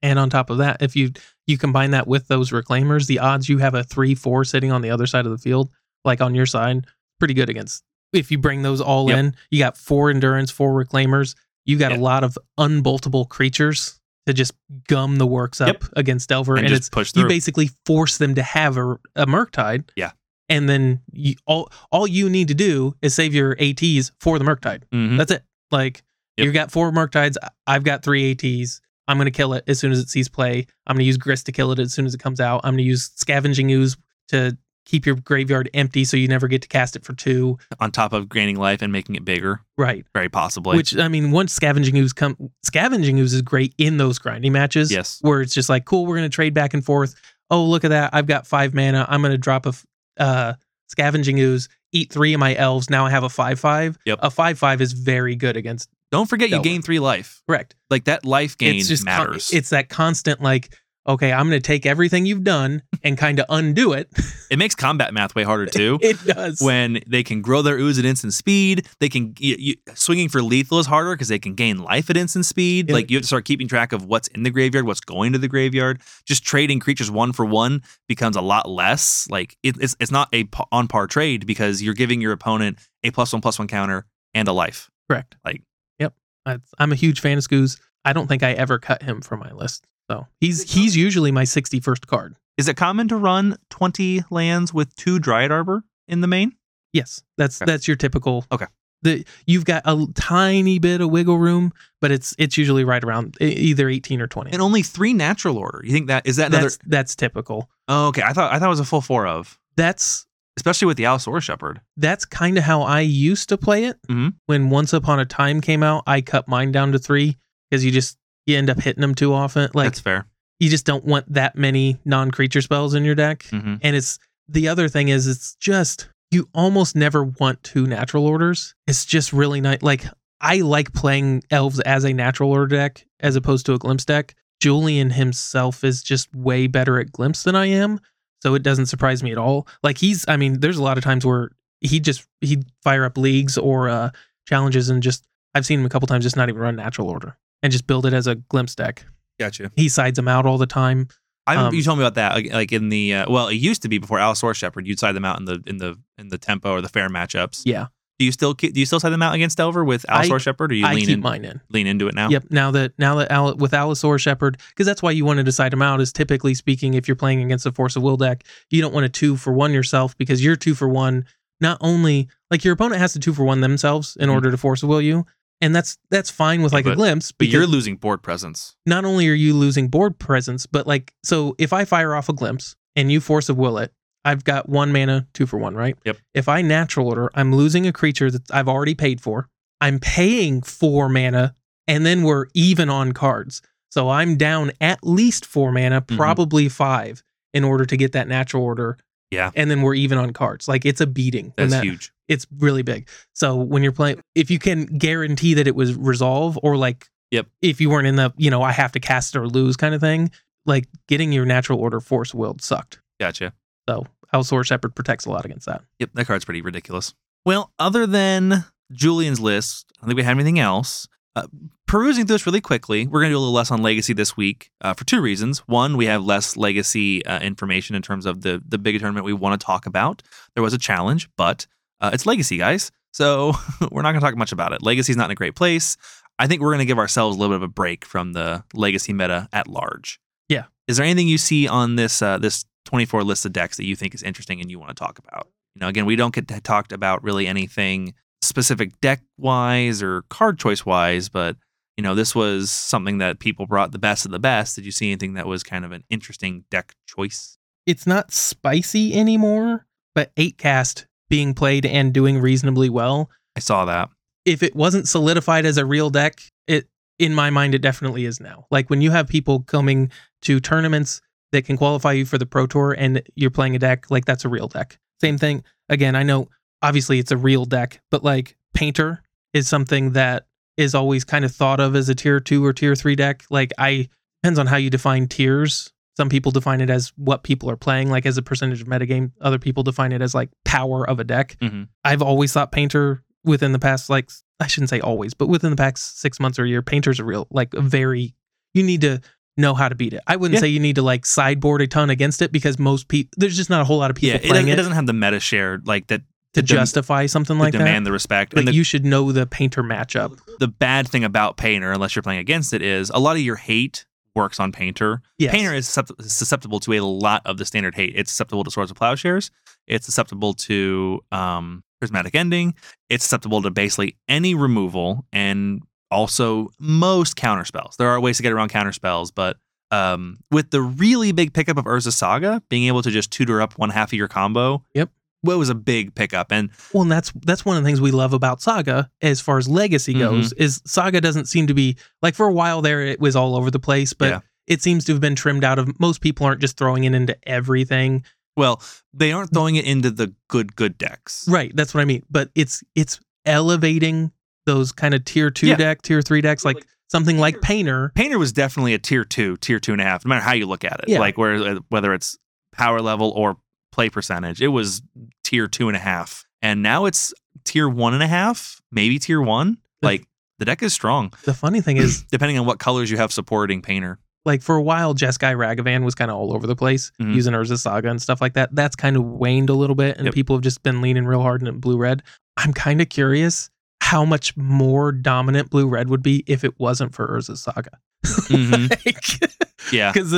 And on top of that, if you you combine that with those reclaimers, the odds you have a three four sitting on the other side of the field, like on your side, pretty good against. If you bring those all
Yep.
in, you got four endurance, four reclaimers. You got
Yeah.
a lot of unboltable creatures to just gum the works up
Yep.
against Delver,
And,
and,
just
it's
push
you
through.
basically force them to have a, a Murktide.
Yeah.
and then you, all all you need to do is save your ATs for the Murktide.
Mhm.
That's it. Like
Yep.
you got four Murktides. I- I've got three ATs. I'm gonna kill it as soon as it sees play. I'm gonna use Grist to kill it as soon as it comes out. I'm gonna use Scavenging Ooze to keep your graveyard empty so you never get to cast it for two.
On top of gaining life and making it bigger,
Right.
very possibly.
Which I mean, once Scavenging Ooze come, Scavenging Ooze is great in those grinding matches
yes.
where it's just like, cool, we're gonna trade back and forth. Oh, look at that! I've got five mana. I'm gonna drop a f- uh, Scavenging Ooze. Eat three of my elves. Now I have a five five.
Yep.
A five five is very good against.
Don't forget you
Delver.
gain three life.
Correct.
Like that life gain
con-
matters.
it's that constant like, okay, I'm going to take everything you've done and kind of undo it.
it makes combat math way harder too.
it does.
when they can grow their ooze at instant speed, they can you, you, swinging for lethal is harder because they can gain life at instant speed.
Yeah.
Like you have to start keeping track of what's in the graveyard, what's going to the graveyard. Just trading creatures one for one becomes a lot less. Like it, it's it's not a pa- on par trade because you're giving your opponent a plus one plus one counter and a life.
Correct.
like-
yep. I, I'm a huge fan of Scoos. I don't think I ever cut him from my list. So he's he's usually my 61st card.
Is it common to run twenty lands with two Dryad Arbor in the main?
Yes, that's
Okay.
that's your typical.
Okay.
The, you've got a tiny bit of wiggle room, but it's it's usually right around e- either 18 or 20.
And only three natural order. You think that is that another?
that's that's typical.
oh, okay, I thought I thought it was a full four of.
That's
especially with the Allosaurus Shepherd.
that's kind of how I used to play it.
Mhm.
When Once Upon a Time came out, I cut mine down to three because you just you end up hitting them too often. Like
That's fair.
you just don't want that many non-creature spells in your deck.
hmm
And it's the other thing is it's just you almost never want two natural orders. It's just really nice. Like I like playing elves as a natural order deck as opposed to a glimpse deck. Julian himself is just way better at glimpse than I am, so it doesn't surprise me at all. Like he's, I mean, there's a lot of times where he just he'd fire up leagues or uh challenges and just I've seen him a couple times just not even run natural order and just build it as a glimpse deck.
Gotcha.
He sides them out all the time.
I remember
Um,
you told me about that, like, like in the uh, well, it used to be before Allosaurus Shepherd. You'd side them out in the in the in the tempo or the fair matchups.
Yeah,
Do you still keep, do you still side them out against Delver with
I-
Allosaurus Shepherd, or you
I
lean
keep
in,
mine in.
lean into it now?
Yep. Now that now that Al, with Allosaur Shepherd, because that's why you want to decide him out. Is typically speaking, if you're playing against a Force of Will deck, you don't want a two for one yourself because your two for one not only like your opponent has to two for one themselves in
Mhm.
order to Force of Will you, and that's that's fine with
Yeah,
like a
but-
glimpse.
But
because
you're losing board presence.
not only are you losing board presence, but like so if I fire off a glimpse and you Force of Will it. I've got one mana, two for one, right?
Yep.
If I natural order, I'm losing a creature that I've already paid for. I'm paying four mana, and then we're even on cards. So I'm down at least four mana,
Mhm.
probably five, in order to get that natural order.
Yeah.
And then we're even on cards. Like it's a beating. when
That's
that-
huge.
It's really big. So when you're playing, if you can guarantee that it was resolve or like,
Yep.
if you weren't in the, you know, I have to cast it or lose kind of thing, like getting your natural order force willed sucked.
Gotcha.
So Alsor Shepherd protects a lot against that.
Yep, that card's pretty ridiculous. Well, other than Julian's list, I don't think we had anything else. Uh, perusing through this really quickly, we're going to do a little less on legacy this week uh, for two reasons. One, we have less legacy uh, information in terms of the the big tournament we want to talk about. There was a challenge, but uh, it's legacy, guys. So we're not going to talk much about it. Legacy's not in a great place. I think we're going to give ourselves a little bit of a break from the legacy meta at large.
Yeah.
Is there anything you see on this uh, this 24 list of decks that you think is interesting and you want to talk about? You know, again, we don't get to talked about really anything specific deck wise or card choice wise, but you know, this was something that people brought the best of the best. Did you see anything that was kind of an interesting deck choice?
it's not spicy anymore, but eight cast being played and doing reasonably well.
I saw that.
If it wasn't solidified as a real deck, it in my mind it definitely is now. Like when you have people coming to tournaments that can qualify you for the Pro Tour and you're playing a deck like that's a real deck. Same thing. Again, I know obviously it's a real deck, but like Painter is something that is always kind of thought of as a tier 2 or tier 3 deck. Like I depends on how you define tiers. Some people define it as what people are playing, like as a percentage of metagame. Other people define it as like power of a deck.
Mhm.
I've always thought Painter within the past, like, I shouldn't say always, but within the past six months or a year, Painter's a real, like, a very, you need to know how to beat it. I wouldn't
Yeah.
say you need to like sideboard a ton against it because most people, there's just not a whole lot of people
yeah, it
playing
doesn't,
it,
it doesn't have the meta share like that
to
dem-
justify something like
to
that.
demand the respect.
But
and the,
you should know the Painter matchup.
the bad thing about Painter, unless you're playing against it, is a lot of your hate works on Painter.
Yes.
Painter is suscept- susceptible to a lot of the standard hate. It's susceptible to Swords of Plowshares. It's susceptible to um, Prismatic Ending. It's susceptible to basically any removal and also most counter spells. There are ways to get around counter spells, but um, with the really big pickup of Urza Saga, being able to just tutor up one half of your combo.
Yep.
What was a big pickup, and
Well, and that's that's one of the things we love about Saga as far as legacy
Mhm.
goes is Saga doesn't seem to be like for a while there it was all over the place, but
Yeah.
it seems to have been trimmed out of most people aren't just throwing it into everything.
well, they aren't throwing it into the good good decks.
Right, that's what I mean. But it's it's elevating those kind of tier 2
Yeah.
deck, tier 3 decks like something like Painter.
Painter was definitely a tier two, tier two and a half, no matter how you look at it.
Yeah.
Like where uh, whether it's power level or play percentage, it was tier two and a half, and now it's tier one and a half, maybe tier one. Like the deck is strong,
The funny thing is
depending on what colors you have supporting Painter.
like for a while Jeskai Ragavan was kind of all over the place
Mhm.
using Urza Saga and stuff like that. That's kind of waned a little bit and
Yep.
people have just been leaning real hard into blue red. I'm kind of curious how much more dominant blue red would be if it wasn't for Urza Saga.
Mhm.
Like,
yeah,
Cuz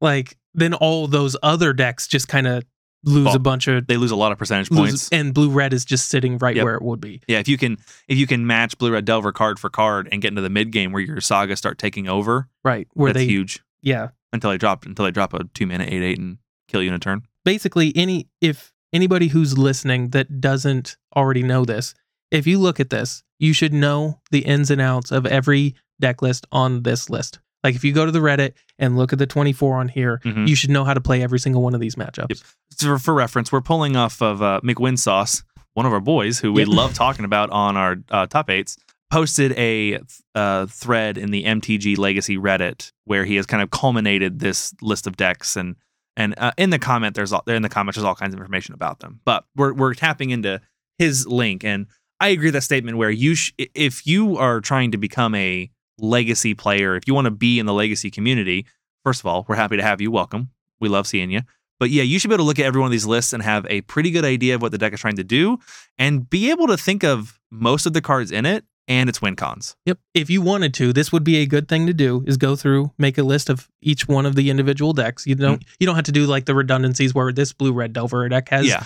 like then all those other decks just kind of lose
Fall.
a bunch of
they lose a lot of percentage
lose-
points.
and blue red is just sitting right
Yep.
where it would be.
yeah, if you can if you can match blue red delver card for card and get into the mid game where your saga start taking over,
Right. Where
that's
they
huge
yeah,
until they drop until they drop a two mana eight eight and kill you in a turn.
basically any if anybody who's listening that doesn't already know this, if you look at this, you should know the ins and outs of every deck list on this list. Like if you go to the Reddit and look at the 24 on here,
Mhm.
you should know how to play every single one of these matchups.
Yep. for, for reference, we're pulling off of uh, McWinsauce, one of our boys who we
Yep.
love talking about on our uh, top eights, posted a uh, thread in the MTG Legacy Reddit where he has kind of culminated this list of decks and and uh, in the comment there's all, in the comments there's all kinds of information about them. But we're we're tapping into his link and I agree with that statement where you sh- if you are trying to become a legacy player, if you want to be in the legacy community, first of all, we're happy to have you. Welcome. We love seeing you. But yeah, you should be able to look at every one of these lists and have a pretty good idea of what the deck is trying to do and be able to think of most of the cards in it and its win cons.
Yep. If you wanted to, this would be a good thing to do is go through, make a list of each one of the individual decks. You don't you don't have to do like the redundancies where this blue red delver deck has
yeah.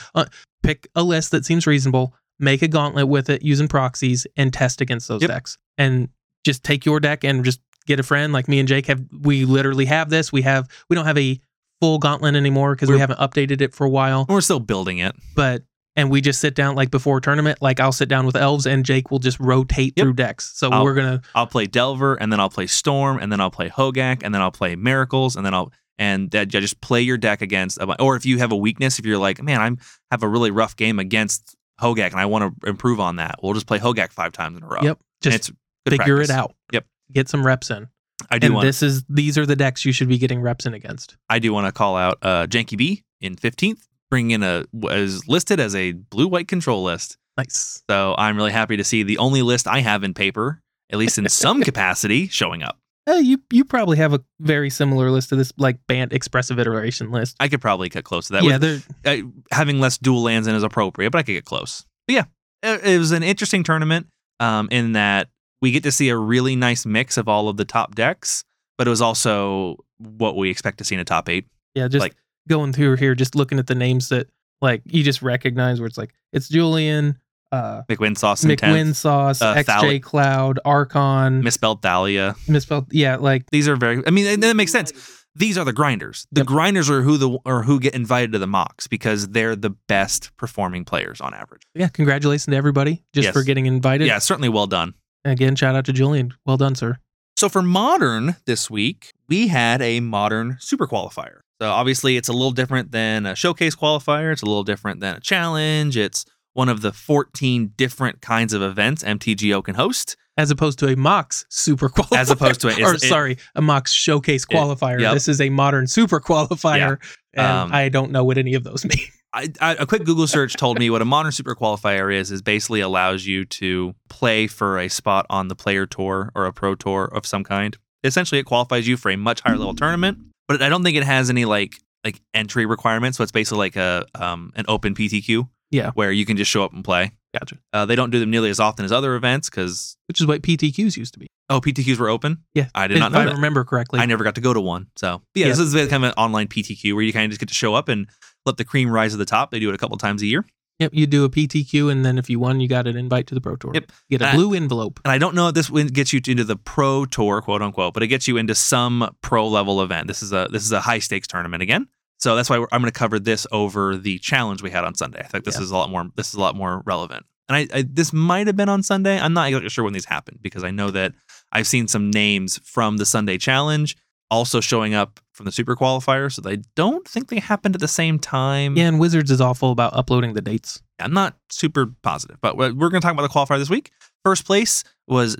pick a list that seems reasonable, make a gauntlet with it using proxies, and test against those
Yep.
decks. And just take your deck and just get a friend like me and Jake have. We literally have this. We have we don't have a full gauntlet anymore because we
We're-
haven't updated it for a while.
We're still building it.
But and we just sit down like before tournament. Like I'll sit down with elves and Jake will just rotate
Yep.
through decks. So
I'll-
we're gonna
I'll play Delver and then I'll play Storm and then I'll play Hogak and then I'll play Miracles and then I'll and that I just play your deck against a bu- or if you have a weakness if you're like man I'm have a really rough game against Hogak and I want to improve on that we'll just play Hogak five times in a row.
yep
And
just
it's good
figure
practice.
it out.
Yep.
Get some reps in.
I do
And
want
this is these are the decks you should be getting reps in against.
I do want to call out uh, Janky B in 15th, bringing in a was listed as a blue white control list.
Nice.
So I'm really happy to see the only list I have in paper, at least in some capacity, showing up.
Uh, you you probably have a very similar list to this, like Bant Expressive Iteration list.
I could probably get close to that.
yeah,
Yeah,
they're
having less dual lands in is appropriate, but I could get close. But yeah, it, it was an interesting tournament um, in that we get to see a really nice mix of all of the top decks, but it was also what we expect to see in a top eight.
yeah, just
like-
going through here, just looking at the names that like you just recognize where it's like it's Julian, uh
McWin Sauce in 10th,
McWinsauce,
Uh,
XJ
Thali-
Cloud, Archon,
misspelled Thalia.
misspelled yeah, like
These are very. I mean, and that makes sense. These are the grinders. The
Yep.
grinders are who the or who get invited to the mocks because they're the best performing players on average.
yeah, congratulations to everybody just
Yes.
for getting invited.
yeah, certainly well done.
Again, shout out to Julian. Well done, sir.
So for modern this week, we had a modern super qualifier. So obviously, it's a little different than a showcase qualifier. It's a little different than a challenge. It's one of the 14 different kinds of events MTGO can host.
as opposed to a Mox super qualifier.
As opposed to a-
or
it-
sorry, a Mox showcase qualifier.
yep.
This is a modern super qualifier,
um,
and I don't know what any of those mean.
I, I, a quick Google search told me what a modern super qualifier is is basically allows you to play for a spot on the player tour or a pro tour of some kind. Essentially, it qualifies you for a much higher level tournament, but I don't think it has any like like entry requirements. So it's basically like a um, an open PTQ,
Yeah.
where you can just show up and play.
Gotcha.
Uh, they don't do them nearly as often as other events because
Which is what PTQs used to be.
oh PTQs were open.
Yeah.
I did
if
not know
I
that.
remember correctly.
I never got to go to one. So yeah, this is kind of an online PTQ where you kind of just get to show up and let the cream rise to the top. They do it a couple times a year.
Yep, you do a PTQ, and then if you won, you got an invite to the Pro Tour.
Yep.
You get
Uh,
a blue envelope.
and I don't know if this win- gets you into the pro tour, quote unquote, but it gets you into some pro level event. This is a this is a high stakes tournament again, so that's why we're, I'm going to cover this over the challenge we had on Sunday. I think this
Yeah.
is a lot more this is a lot more relevant. And I, I this might have been on Sunday. I'm not exactly sure when these happened because I know that I've seen some names from the Sunday challenge also showing up from the super qualifier, so I don't think they happened at the same time.
Yeah, and Wizards is awful about uploading the dates.
I'm not super positive, but we're going to talk about the qualifier this week. First place was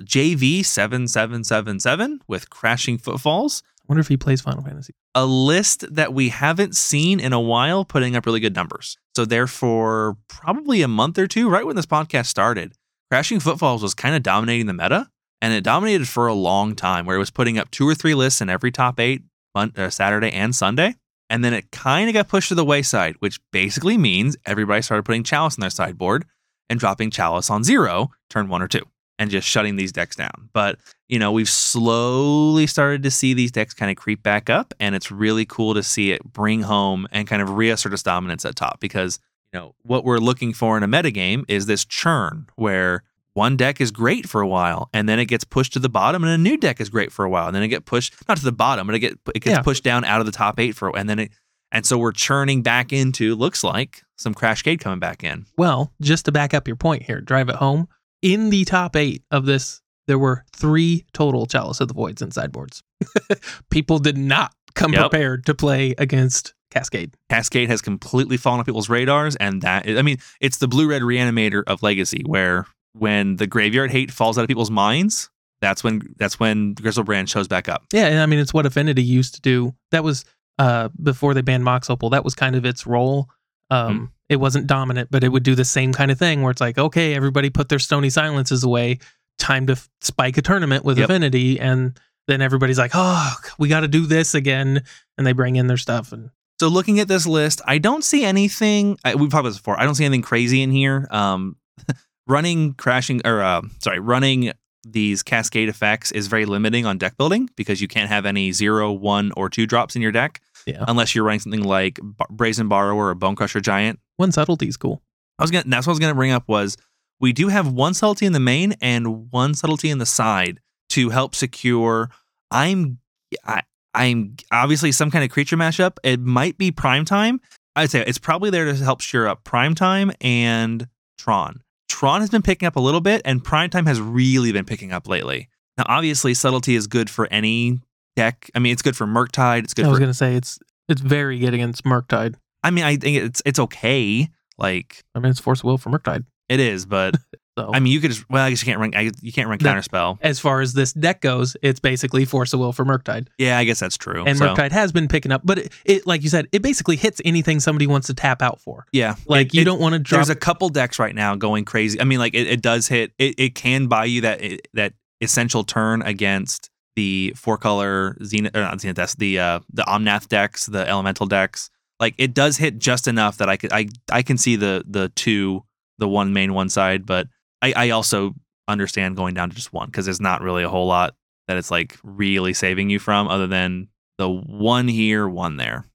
JV7777 with Crashing Footfalls,
I wonder if he plays Final Fantasy.
a list that we haven't seen in a while putting up really good numbers. So, therefore, probably a month or two, right when this podcast started, Crashing Footfalls was kind of dominating the meta, and it dominated for a long time where it was putting up two or three lists in every top eight mon- uh, Saturday and Sunday. And then it kind of got pushed to the wayside, which basically means everybody started putting Chalice in their sideboard and dropping Chalice on zero, turn one or two, and just shutting these decks down. But, you know, we've slowly started to see these decks kind of creep back up, and it's really cool to see it bring home and kind of reassert its dominance at top because, you know, what we're looking for in a metagame is this churn where one deck is great for a while and then it gets pushed to the bottom and a new deck is great for a while and then it get pushed not to the bottom but it get it gets
Yeah.
pushed down out of the top 8 for and then it and so we're churning back into looks like some Crashcade coming back in.
Well, just to back up your point here, drive it home. In the top eight of this, there were three total Chalice of the Voids and sideboards. People did not come
Yep.
prepared to play against Cascade.
Cascade has completely fallen on people's radars, and that is, I mean, it's the blue red reanimator of Legacy, where when the graveyard hate falls out of people's minds, that's when that's when Grizzlebrand shows back up.
Yeah, and I mean it's what Affinity used to do. That was uh before they banned Mox Opal. That was kind of its role. Um
Hmm.
it wasn't dominant, but it would do the same kind of thing where it's like, okay, everybody put their stony silences away, time to f- spike a tournament with
Yep.
Affinity and then everybody's like, "Oh, we got to do this again." And they bring in their stuff and
So looking at this list, I don't see anything. I, we've talked about this before. I don't see anything crazy in here. Um, running crashing or uh, sorry, running these cascade effects is very limiting on deck building because you can't have any zero, one, or two drops in your deck
Yeah.
unless you're running something like Bar- Brazen Borrower or Bone Crusher Giant.
one subtlety's cool.
I was gonna. That's what I was gonna bring up was we do have one subtlety in the main and one subtlety in the side to help secure. I'm, I, I'm obviously some kind of creature mashup. It might be prime time. I'd say it's probably there to help shore up prime time and Tron. Tron has been picking up a little bit, and prime time has really been picking up lately. Now, obviously, subtlety is good for any deck. I mean, it's good for Murktide. It's good
I
for
was going to say it's it's very good against Murktide.
I mean, I think it's it's okay. Like
I mean, it's force of will for Murktide.
it is, but
So
I mean, you could just well, I guess you can't run. I, guess you can't run
That-
counterspell.
as far as this deck goes, it's basically force of will for Murktide.
Yeah, I guess that's true.
and
Oh, so,
Murktide has been picking up. But it, it, like you said, it basically hits anything somebody wants to tap out for.
yeah,
Like
It-
you
it-
don't want to drop.
There's a couple decks right now going crazy. I mean, like it, it does hit. It, it can buy you that it, that essential turn against the four color Zenith or not Zenith. That's the uh, the Omnath decks, the Elemental decks. Like it does hit just enough that I could I I can see the the two the one main one side, but I I also understand going down to just one because there's not really a whole lot that it's like really saving you from other than the one here, one there.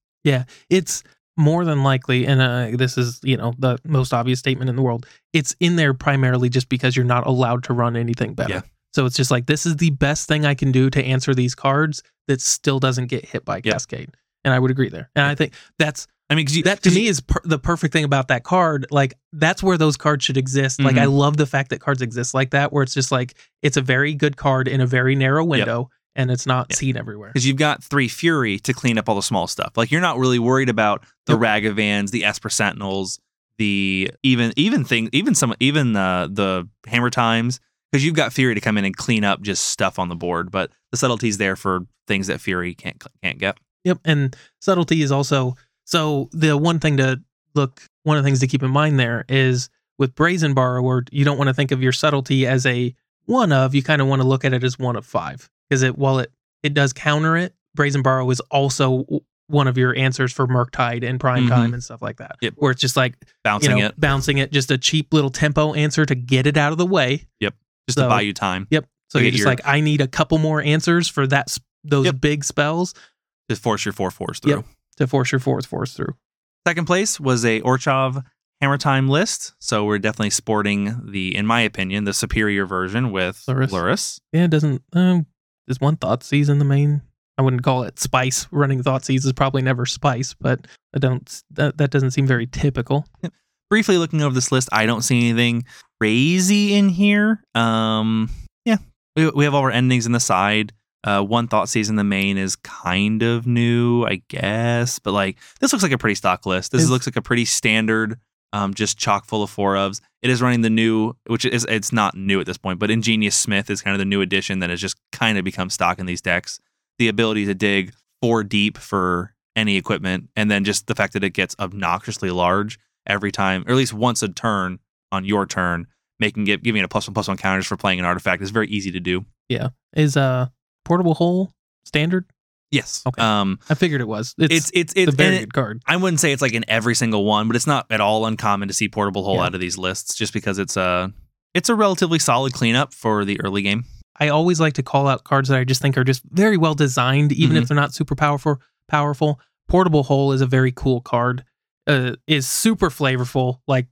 it's more than likely, and uh, this is you know the most obvious statement in the world. It's in there primarily just because you're not allowed to run anything better.
Yeah.
So it's just like this is the best thing I can do to answer these cards that still doesn't get hit by
Yep.
Cascade. And I would agree there. And I think that's
I mean, 'cause you,
that to
'cause
me is per- the perfect thing about that card. Like that's where those cards should exist.
Mm-hmm.
Like I love the fact that cards exist like that, where it's just like it's a very good card in a very narrow window, and it's not
Yeah.
seen everywhere.
because you've got three Fury to clean up all the small stuff. Like you're not really worried about the
Yep.
Ragavans, the Esper Sentinels, the even even thing, even some even the the Hammer Times, because you've got Fury to come in and clean up just stuff on the board. But the subtlety's there for things that Fury can't can't get.
Yep. And subtlety is also so the one thing to look one of the things to keep in mind there is with brazen borrower, you don't want to think of your subtlety as a one of, you kind of want to look at it as one of five. Because it while it it does counter it, brazen borrow is also w- one of your answers for Murktide and Prime
Mhm.
Time and stuff like that.
Yep.
Where it's just like
Bouncing
you know,
it
bouncing it, just a cheap little tempo answer to get it out of the way.
just
so-
to buy you time
Yep. So
To
you're
get
just
your-
like, I need a couple more answers for that s- those
Yep.
big spells
to force your four fours through.
Yep. to force your fourth force through.
Second place was a Orchov Hammer Time list, so we're definitely sporting the, in my opinion, the superior version with
Luris.
Luris.
Yeah, it doesn't. Um, is one thought season the main? I wouldn't call it spice. Running thought seeds is probably never spice, but I don't. That, that doesn't seem very typical.
briefly looking over this list, I don't see anything crazy in here. Um, yeah, we, we have all our endings in the side. Uh, one thought season the main is kind of new, I guess, but like this looks like a pretty stock list. This
Is-
looks like a pretty standard, um, just chock full of four ofs. It is running the new, which is it's not new at this point, but Ingenious Smith is kind of the new addition that has just kind of become stock in these decks. The ability to dig four deep for any equipment, and then just the fact that it gets obnoxiously large every time, or at least once a turn on your turn, making it giving it a plus one plus one counters for playing an artifact is very easy to do.
Is uh portable hole standard?
Yes.
Okay.
Um.
I figured it was. It's,
It's
it's,
it's it's.
a very
and it-
good card.
I wouldn't say it's like in every single one, but it's not at all uncommon to see portable hole
Yeah.
out of these lists, just because it's a it's a relatively solid cleanup for the early game.
I always like to call out cards that I just think are just very well designed, even
Mm-hmm.
if they're not super powerful. Powerful portable hole is a very cool card. Uh, is super flavorful. Like,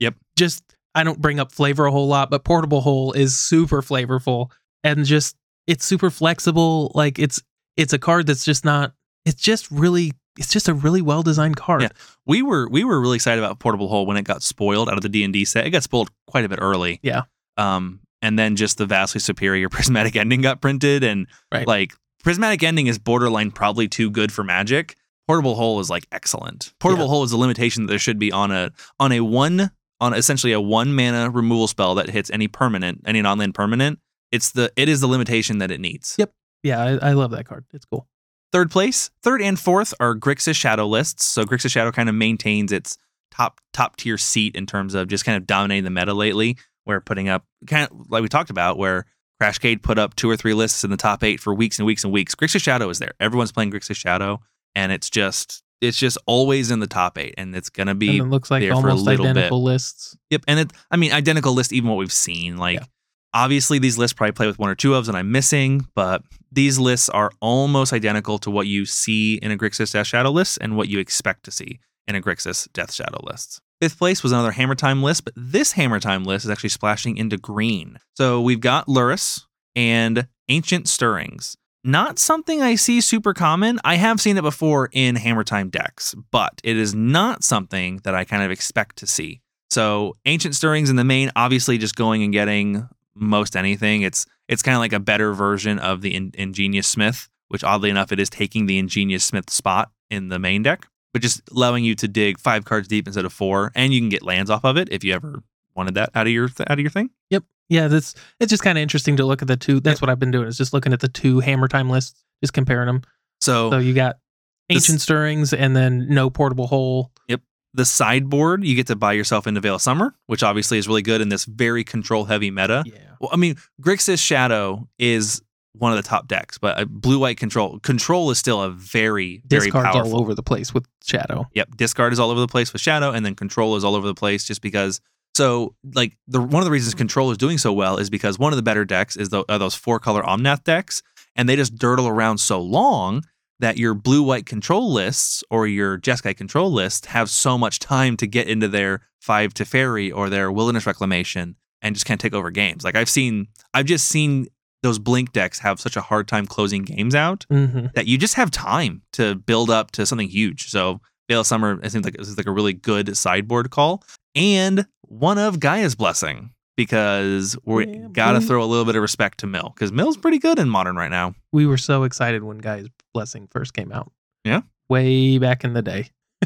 Yep.
Just I don't bring up flavor a whole lot, but portable hole is super flavorful and just it's super flexible. Like it's it's a card that's just not. It's just really. It's just a really well designed card.
Yeah. we were we were really excited about portable hole when it got spoiled out of the d&d set it got spoiled quite a bit early
Yeah.
um and then just the vastly superior prismatic ending got printed and
Right.
like prismatic ending is borderline probably too good for magic portable hole is like excellent portable hole is a limitation that there should be on a on a one on essentially a one mana removal spell that hits any permanent any non-land permanent it's the it is the limitation that it needs
Yep. Yeah, I, I love that card. It's cool.
Third place, third and fourth are Grixis Shadow lists. So Grixis Shadow kind of maintains its top top tier seat in terms of just kind of dominating the meta lately. Where putting up kind of like we talked about, where Crashcade put up two or three lists in the top eight for weeks and weeks and weeks. Grixis Shadow is there. Everyone's playing Grixis Shadow, and it's just it's just always in the top eight, and it's gonna be
And it looks like
there for a
almost
little bit.
identical lists.
Yep, and it, I mean identical list even what we've seen. Like
Yeah.
obviously these lists probably play with one or two ofs and I'm missing, but these lists are almost identical to what you see in a Grixis Death Shadow list and what you expect to see in a Grixis Death Shadow list. Fifth place was another Hammer Time list, but this Hammer Time list is actually splashing into green. So we've got Luris and Ancient Stirrings. Not something I see super common. I have seen it before in Hammer Time decks, but it is not something that I kind of expect to see. So ancient stirrings in the main, obviously just going and getting most anything. It's it's kind of like a better version of the in- ingenious smith, which oddly enough, it is taking the ingenious smith spot in the main deck, but just allowing you to dig five cards deep instead of four, and you can get lands off of it if you ever wanted that out of your th- out of your thing.
Yeah, that's it's just kind of interesting to look at the two. That's what I've been doing is just looking at the two hammer time lists, just comparing them.
So,
So you got
Oh. This-
ancient stirrings and then no portable hole.
the sideboard, you get to buy yourself into Veil of Summer, which obviously is really good in this very control heavy meta.
Yeah,
Well, I mean, Grixis Shadow is one of the top decks, but uh, blue white control control is still a very very
discards
powerful.
all over the place with shadow.
Yep, discard is all over the place with Shadow, and then control is all over the place just because. So, like the one of the reasons control is doing so well is because one of the better decks is tho- are those four color Omnath decks, and they just dirtle around so long that your blue white control lists or your Jeskai control lists have so much time to get into their five to fairy or their wilderness reclamation and just kind of take over games. Like I've seen, I've just seen those blink decks have such a hard time closing games out
Mm-hmm.
that you just have time to build up to something huge. So Veil of Summer, it seems like this is like a really good sideboard call. And one of Gaia's blessing. because we
Yeah,
gotta
boy.
throw a little bit of respect to Mill because Mill's pretty good in modern right now.
We were so excited when Guy's Blessing first came out.
Yeah.
Way back in the day.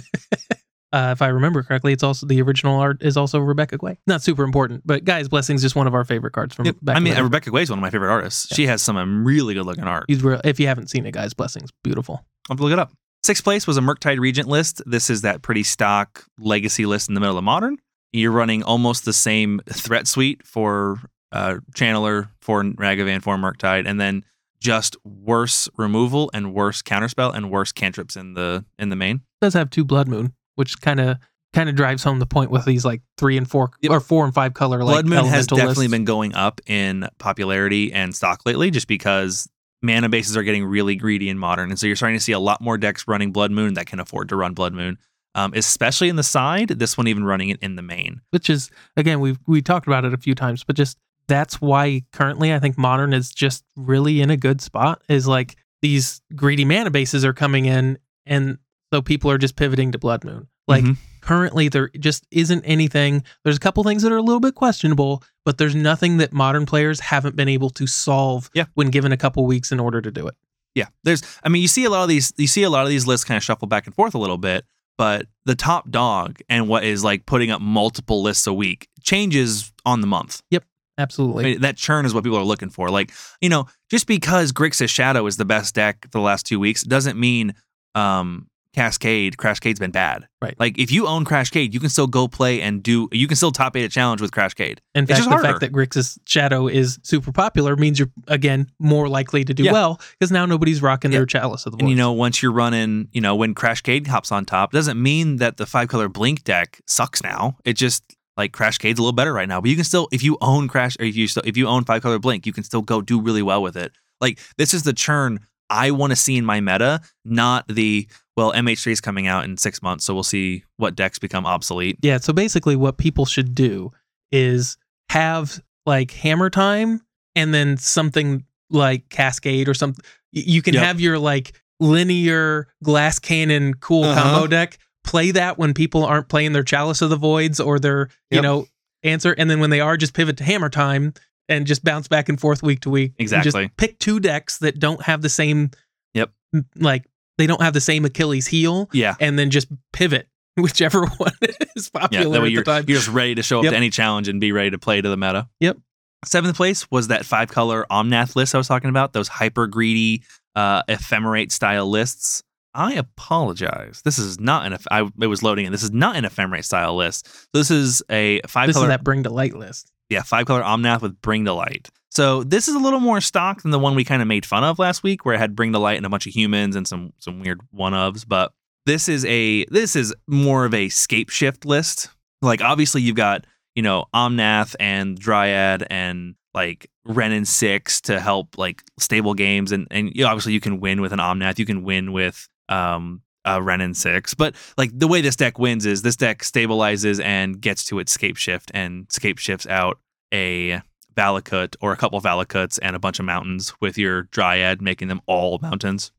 uh, if I remember correctly, it's also the original art is also Rebecca Quay. Not super important, but Guy's Blessing is just one of our favorite cards from
Yep.
back
I
in
mean,
the day.
Rebecca Way's one of my favorite artists.
Yeah.
She has some um, really good looking art.
He's real- if you haven't seen it, Guy's Blessing's beautiful.
I'll have to look it up. Sixth place was a Merktide Regent list. This is that pretty stock legacy list in the middle of modern. You're running almost the same threat suite for uh, Channeler, for Ragavan, for Merktide, and then just worse removal and worse counterspell and worse cantrips in the in the main.
does have two Blood Moon, which kind of kind of drives home the point with these like three and four
Yep.
or four and five color like
Blood Moon has
elemental
definitely
lists.
been going up in popularity and stock lately just because mana bases are getting really greedy in modern. And so you're starting to see a lot more decks running Blood Moon that can afford to run Blood Moon, um, especially in the side. This one even running it in the main.
which is again we we talked about it a few times, but just that's why currently I think modern is just really in a good spot. Is like these greedy mana bases are coming in, and so people are just pivoting to Blood Moon. Like
Mhm.
currently there just isn't anything. There's a couple things that are a little bit questionable, but there's nothing that modern players haven't been able to solve
Yeah.
when given a couple weeks in order to do it.
Yeah, there's. I mean, you see a lot of these. You see a lot of these lists kind of shuffle back and forth a little bit, but the top dog and what is like putting up multiple lists a week changes on the month. I
Absolutely.
mean, that churn is what people are looking for. Like you know, just because Grixis Shadow is the best deck the last two weeks doesn't mean um Cascade Crashcade's been bad.
Right.
Like if you own Crashcade, you can still go play and do. You can still top eight a challenge with Crashcade.
In fact,
just
the
harder.
fact that Grixis Shadow is super popular means you're again more likely to do
Yeah.
well because now nobody's rocking
Yeah.
their chalice of the void.
And you know, once you're running, you know, when Crashcade hops on top, doesn't mean that the five color blink deck sucks now. It just like Crashcade's a little better right now. But you can still, if you own Crash or if you still, if you own five color blink, you can still go do really well with it. Like this is the churn I want to see in my meta, not the well MH3 is coming out in six months, so we'll see what decks become obsolete.
yeah. So basically, what people should do is have like hammer time and then something like cascade or something. You can
Yep.
have your like linear glass cannon cool
Uh-huh.
combo deck. Play that when people aren't playing their chalice of the voids or their you
Yep.
know answer, and then when they are, just pivot to hammer time and just bounce back and forth week to week. And just
Exactly.
pick two decks that don't have the same
Yep.
m- like they don't have the same Achilles heel
Yeah.
and then just pivot whichever one is
Yeah,
popular
that way
at the
you're,
time.
you're just ready to show up
Yep.
to any challenge and be ready to play to the meta.
Yep.
Seventh place was that five color Omnath list I was talking about, those hyper greedy, uh, ephemerate style lists. I apologize. This is not an, eph- I, it was loading in. This is not an ephemerate style list. This is a five
This
color
is that bring to light list.
yeah, five color Omnath with Bring to Light. So this is a little more stock than the one we kind of made fun of last week, where it had Bring to Light and a bunch of humans and some some weird one ofs. But this is a this is more of a scape shift list. Like obviously you've got you know Omnath and Dryad and like Ren and Six to help like stable games and and you know, obviously you can win with an Omnath, you can win with um uh, Ren and six. But like the way this deck wins is this deck stabilizes and gets to its scape shift and scape shifts out a Valakut or a couple Valakuts and a bunch of mountains with your Dryad, making them all mountains.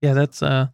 Yeah, that's uh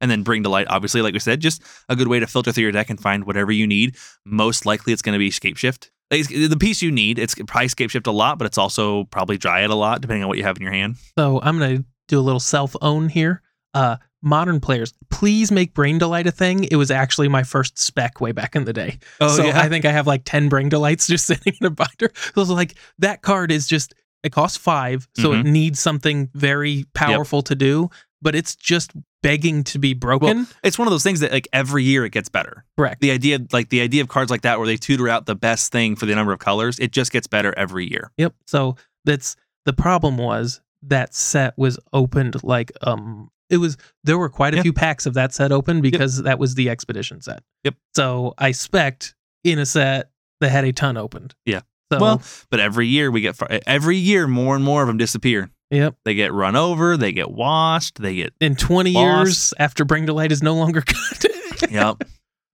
And then bring to light, obviously, like we said, just a good way to filter through your deck and find whatever you need. Most likely, it's going to be scape shift. It's- The piece you need, it's probably scape shift a lot, but it's also probably Dryad a lot, depending on what you have in your hand.
so I'm gonna do a little self own here. Uh modern players, please make Brain Delight a thing. It was actually my first spec way back in the day.
Oh,
so I think I have like 10 Bring Delights just sitting in a binder. So it's like that card is just, it costs five. So
Mm-hmm.
it needs something very powerful to do, but it's just begging to be broken.
it's one of those things that like every year it gets better.
Correct.
the idea like the idea of cards like that where they tutor out the best thing for the number of colors it just gets better every year
Yep. So that's the problem was that set was opened like, um, it was, there were quite a
Yeah.
few packs of that set open because that was the expedition set.
Yep.
So I spec'd in a set that had a ton opened.
Yeah.
So,
Well- but every year we get far- every year more and more of them disappear
yep.
they get run over they get washed they get
In 20 years
Lost.
after Bring Delight is no longer good.
yep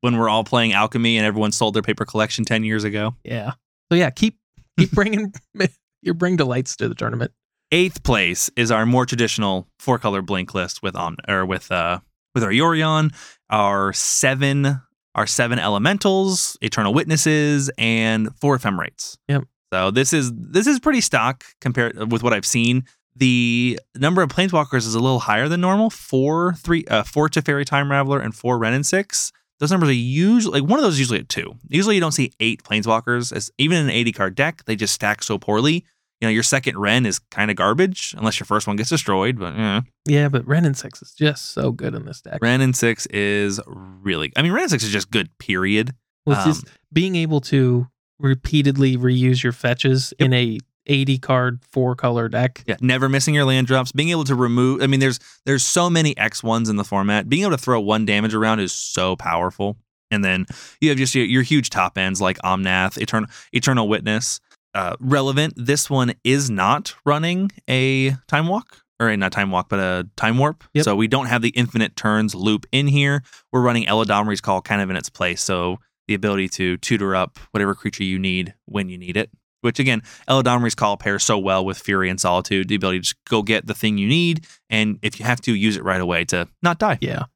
when we're all playing alchemy and everyone sold their paper collection 10 years ago
Yeah. So yeah, keep keep bringing your bring delights to the tournament.
eighth place is our more traditional four color blink list with Om- or with uh with our Yorion, our seven our seven elementals, eternal witnesses, and four ephemerates.
Yep.
So this is this is pretty stock compared with what I've seen. The number of planeswalkers is a little higher than normal. Four, three, uh, four to Fairy Time Raveler and four Ren and Six. Those numbers are usually like one of those is usually at two. Usually you don't see eight planeswalkers. As even in an 80 card deck, they just stack so poorly. You know, your second Ren is kind of garbage unless your first one gets destroyed. But eh.
Yeah, but Ren and Six is just so good in this deck.
Ren and Six is really. I mean, Ren and Six is just good. Period.
Well, it's
Um,
just being able to repeatedly reuse your fetches in a 80 card four color deck.
Yeah, never missing your land drops, being able to remove I mean there's there's so many X1s in the format. Being able to throw one damage around is so powerful. And then you have just your, your huge top ends like Omnath, Eternal Eternal Witness. Uh, relevant. This one is not running a time walk or a, not time walk, but a time warp.
Yep.
So we don't have the infinite turns loop in here. We're running Eladomri's call kind of in its place. So the ability to tutor up whatever creature you need when you need it. Which again, Eladomri's Call pairs so well with Fury and Solitude, the ability to just go get the thing you need, and if you have to, use it right away to not die.
Yeah.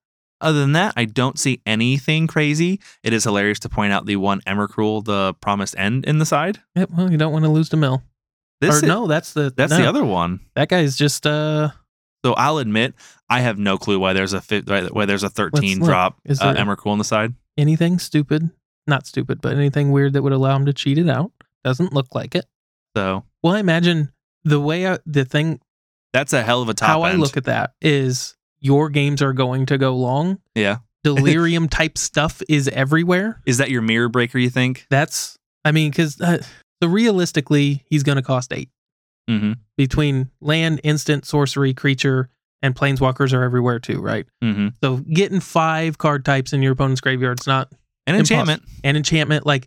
Other than that, I don't see anything crazy. It is hilarious to point out the one Emmercruel, the Promised End in the side.
Yep, well, you don't want to lose to Mill.
This
or
is-
no, that's the
that's
no,
the other one.
That guy's just uh
So I'll admit, I have no clue why there's a fi- why why there's a 13
look.
drop
Is
uh,
there-
Emmercruel on the side.
anything stupid, not stupid, but anything weird that would allow him to cheat it out. Doesn't look like it.
So
Well, I imagine the way I, the thing
that's a hell of a top
how
end.
I look at that is your games are going to go long.
Yeah.
Delirium type stuff is everywhere.
is that your mirror breaker? You think?
That's I mean cuz uh, so realistically he's going to cost 8
Mm-hmm.
between land, instant, sorcery, creature and planeswalkers are everywhere too, right?
Mm-hmm.
So getting 5 card types in your opponent's graveyard is not
And enchantment.
an enchantment like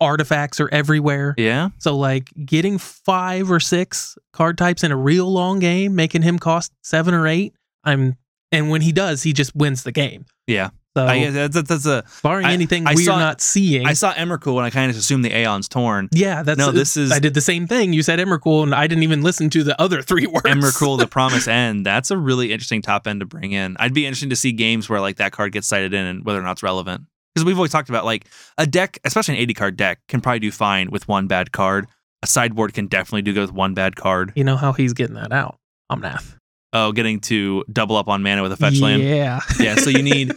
artifacts are everywhere.
Yeah.
So like getting five or six card types in a real long game, making him cost seven or eight. I'm and when he does, he just wins the game.
Yeah.
So
I guess that's, that's, that's a
barring
I-
anything
I
we're
saw-
not seeing,
I saw Emrakul and I kind of assumed the Aeon's torn.
yeah, that's
no, this is
I did the same thing. You said Emrakul, and I didn't even listen to the other three words.
Emrakul, the Promise End. That's a really interesting top end to bring in. I'd be interested to see games where like that card gets cited in and whether or not it's relevant. Because we've always talked about like a deck, especially an 80 card deck, can probably do fine with one bad card. A sideboard can definitely do good with one bad card.
You know how he's getting that out. Omnath.
Oh, getting to double up on mana with a fetch land.
Yeah.
Yeah, so you need.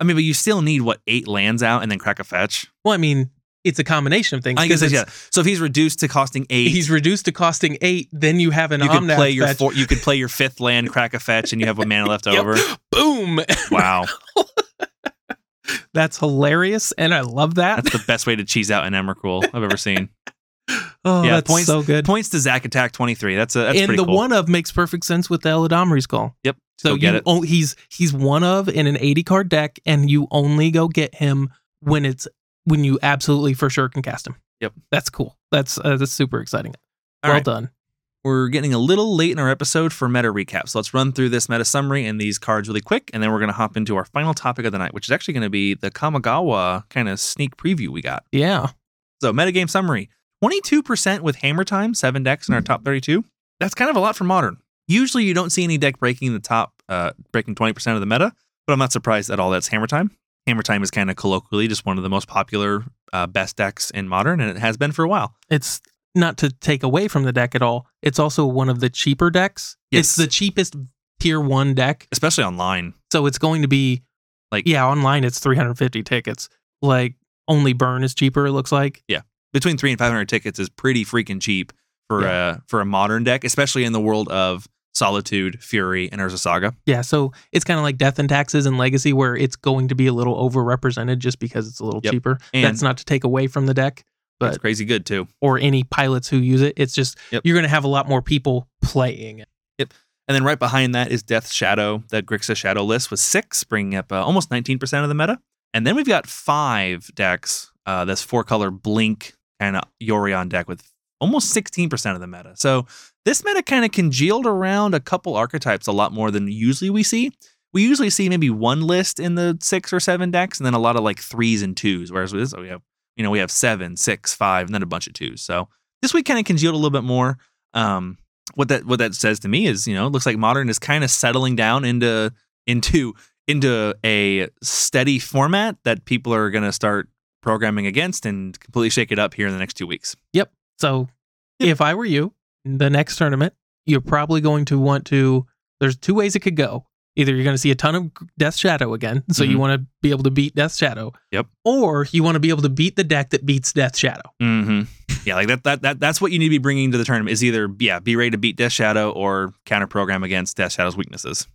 I mean, but you still need what eight lands out and then crack a fetch.
Well, I mean, it's a combination of things.
I
'cause
guess that's- yeah.
it's-
So if he's reduced to costing eight,
He's reduced to costing eight. Then you have an
you could
Omnath.
play your
fetch.
four, you could play your fifth land, crack a fetch, and you have a mana left
Yep.
over.
Boom.
Wow,
That's hilarious, and I love that.
that's the best way to cheese out an Emrakul I've ever seen.
Oh,
Yeah,
that's
points-
so good.
Points to Zach Attack twenty three. That's a that's
and
pretty
the
cool.
one of makes perfect sense with the Eladomri's call.
Yep.
So
Go get
you
it.
o- he's he's one of in an 80 card deck, and you only go get him when it's when you absolutely for sure can cast him.
Yep.
That's cool. That's uh, that's super exciting.
All
well
right.
done.
We're getting a little late in our episode for meta recap, so let's run through this meta summary and these cards really quick, and then we're going to hop into our final topic of the night, which is actually going to be the Kamigawa kind of sneak preview we got.
Yeah.
So metagame summary. 22% with hammer time, seven decks
Hmm.
in our top 32. That's kind of a lot for modern. Usually you don't see any deck breaking the top, uh, breaking 20% of the meta, but I'm not surprised at all that's hammer time. Hammer time is kind of colloquially just one of the most popular uh, best decks in modern, and it has been for a while.
It's not to take away from the deck at all. It's also one of the cheaper decks. It's
Yes.
the cheapest tier one deck.
Especially online.
So it's going to be
Like-
yeah, online it's 350 tickets. Like only burn is cheaper, it looks like.
Between three and 500 tickets is pretty freaking cheap for,
Yeah.
uh, for a modern deck, especially in the world of Solitude, Fury, and Urza Saga.
Yeah, so it's kind of like death and taxes and legacy, where it's going to be a little overrepresented just because it's a little
Yep.
cheaper.
And-
That's not to take away from the deck
That's
But-
crazy good too.
or any pilots who use it. It's just
Yep.
you're going to have a lot more people playing it.
And then right behind that is Death Shadow, that Grixis Shadow list with six, bringing up uh, almost 19% of the meta. And then we've got five decks, uh, this four color Blink and a Yorion deck with almost 16% of the meta. So this meta kind of congealed around a couple archetypes a lot more than usually we see. We usually see maybe one list in the six or seven decks, and then a lot of like threes and twos. Whereas with this, we have, you know, we have seven, six, five, and then a bunch of twos. So this week kind of congealed a little bit more. Um, what that what that says to me is, you know, it looks like modern is kind of settling down into into into a steady format that people are going to start programming against and completely shake it up here in the next two weeks.
So if I were you, the next tournament, you're probably going to want to. There's two ways it could go. Either you're going to see a ton of Death Shadow again, so you
Mhm.
want to be able to beat Death Shadow.
Yep.
Or you want to be able to beat the deck that beats Death Shadow.
hmm Yeah, like that, that that that's what you need to be bringing to the tournament is either yeah, be ready to beat Death Shadow or counter program against Death Shadow's weaknesses.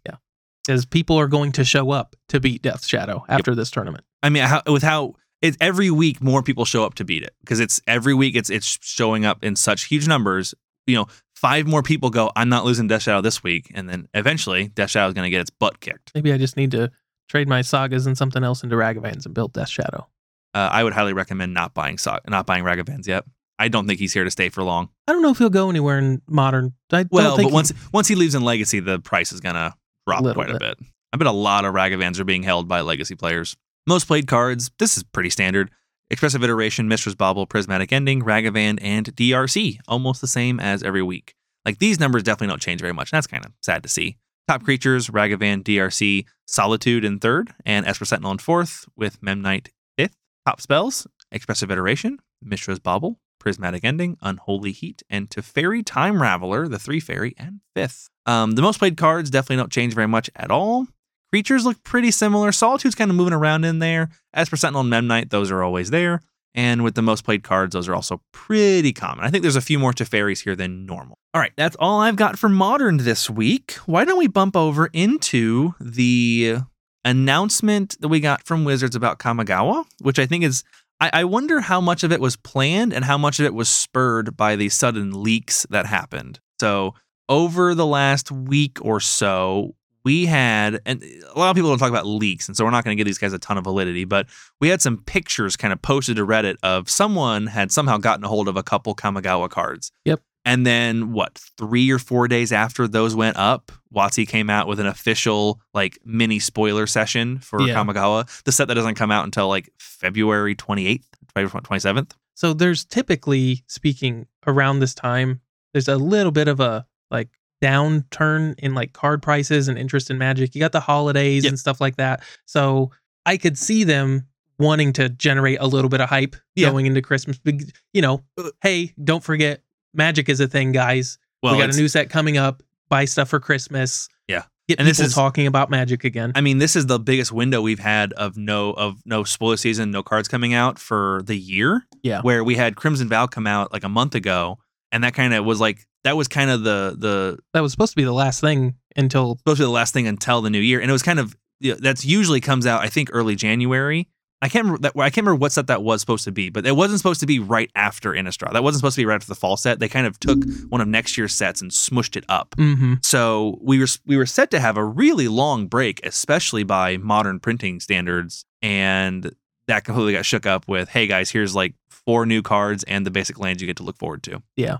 because people are going to show up to beat Death Shadow after this tournament.
I mean, how, with how it's every week more people show up to beat it because it's every week it's it's showing up in such huge numbers. You know, five more people go, I'm not losing Death Shadow this week, and then eventually Death Shadow's going to get its butt kicked.
Maybe I just need to trade my sagas and something else into Ragavans and build Death Shadow.
Uh, I would highly recommend not buying so- not buying Ragavans yet. I don't think he's here to stay for long.
I don't know if he'll go anywhere in modern. I
Well,
don't think
but once once he leaves in Legacy, the price is gonna drop
Little
quite a bit. I bet a lot of Ragavans are being held by Legacy players. Most played cards. This is pretty standard. Expressive Iteration, Mistress Bobble, Prismatic Ending, Ragavan, and DRC. Almost the same as every week. Like these numbers definitely don't change very much. and That's kind of sad to see. Top creatures, Ragavan, DRC, Solitude in third, and Esper Sentinel in fourth, with Memnite fifth. Top spells, Expressive Iteration, Mistra's Bauble, Prismatic Ending, Unholy Heat, and Teferi Time Raveler, the three fairy, and fifth. Um, the most played cards definitely don't change very much at all. Creatures look pretty similar. Solitude's kind of moving around in there. As for Sentinel and Memnite, those are always there. And with the most played cards, those are also pretty common. I think there's a few more Teferis here than normal. All right, that's all I've got for Modern this week. Why don't we bump over into the announcement that we got from Wizards about Kamigawa, which I think is I, I wonder how much of it was planned and how much of it was spurred by the sudden leaks that happened. So over the last week or so, we had and a lot of people don't talk about leaks, and so we're not going to give these guys a ton of validity, but we had some pictures kind of posted to Reddit of someone had somehow gotten a hold of a couple Kamigawa cards.
Yep.
And then what, three or four days after those went up, Watsy came out with an official like mini spoiler session for
Yeah.
Kamigawa, the set that doesn't come out until like February 28th, February 27th.
so there's typically speaking around this time, there's a little bit of a like downturn in like card prices and interest in magic. You got the holidays
Yeah.
and stuff like that. So I could see them wanting to generate a little bit of hype
Yeah. Uh.
going into Christmas. Big- You know, hey, don't forget magic is a thing, guys.
Well,
we got
it's-
a new set coming up. Buy stuff for Christmas.
Yeah.
Get
And this
people
is-
talking about magic again.
I mean, this is the biggest window we've had of no of no spoiler season, no cards coming out for the year.
Yeah.
Where we had Crimson Val come out like a month ago, and that kind of was like that was kind of the the
that was supposed to be the last thing until
supposed to be the last thing until the new year, and it was kind of you know, that's usually comes out I think early January. I can't remember that, I can't remember what set that was supposed to be, but it wasn't supposed to be right after Innistrad. That wasn't supposed to be right after the fall set. They kind of took one of next year's sets and smushed it up.
hmm
So we were we were set to have a really long break, especially by modern printing standards, and that completely got shook up with, "Hey guys, here's like four new cards and the basic lands you get to look forward to."
Yeah.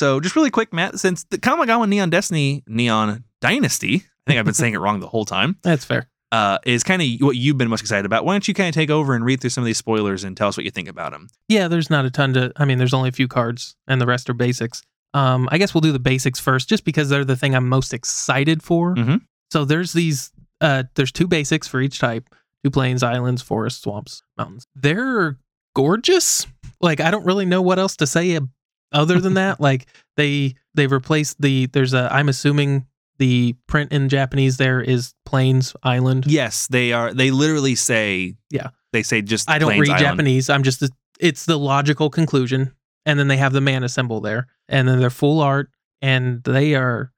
So just really quick, Matt, since the Kamigawa Neon Destiny Neon Dynasty, I think I've been saying it wrong the whole time,
that's fair.
uh, is kind of what you've been most excited about. Why don't you kind of take over and read through some of these spoilers and tell us what you think about them?
Yeah, there's not a ton to. I mean, there's only a few cards, and the rest are basics. Um, I guess we'll do the basics first, just because they're the thing I'm most excited for.
Mhm.
So there's these. Uh, there's two basics for each type: two plains, islands, forests, swamps, mountains. They're gorgeous. Like I don't really know what else to say ab- other than that. Like they they've replaced the. There's a. I'm assuming the print in Japanese there is plains, island,
Yes, they are. They literally say,
Yeah.
they say just.
I don't
Plains
read
Island.
Japanese. I'm just it's the logical conclusion. And then they have the mana symbol there, and then they're full art, and they are.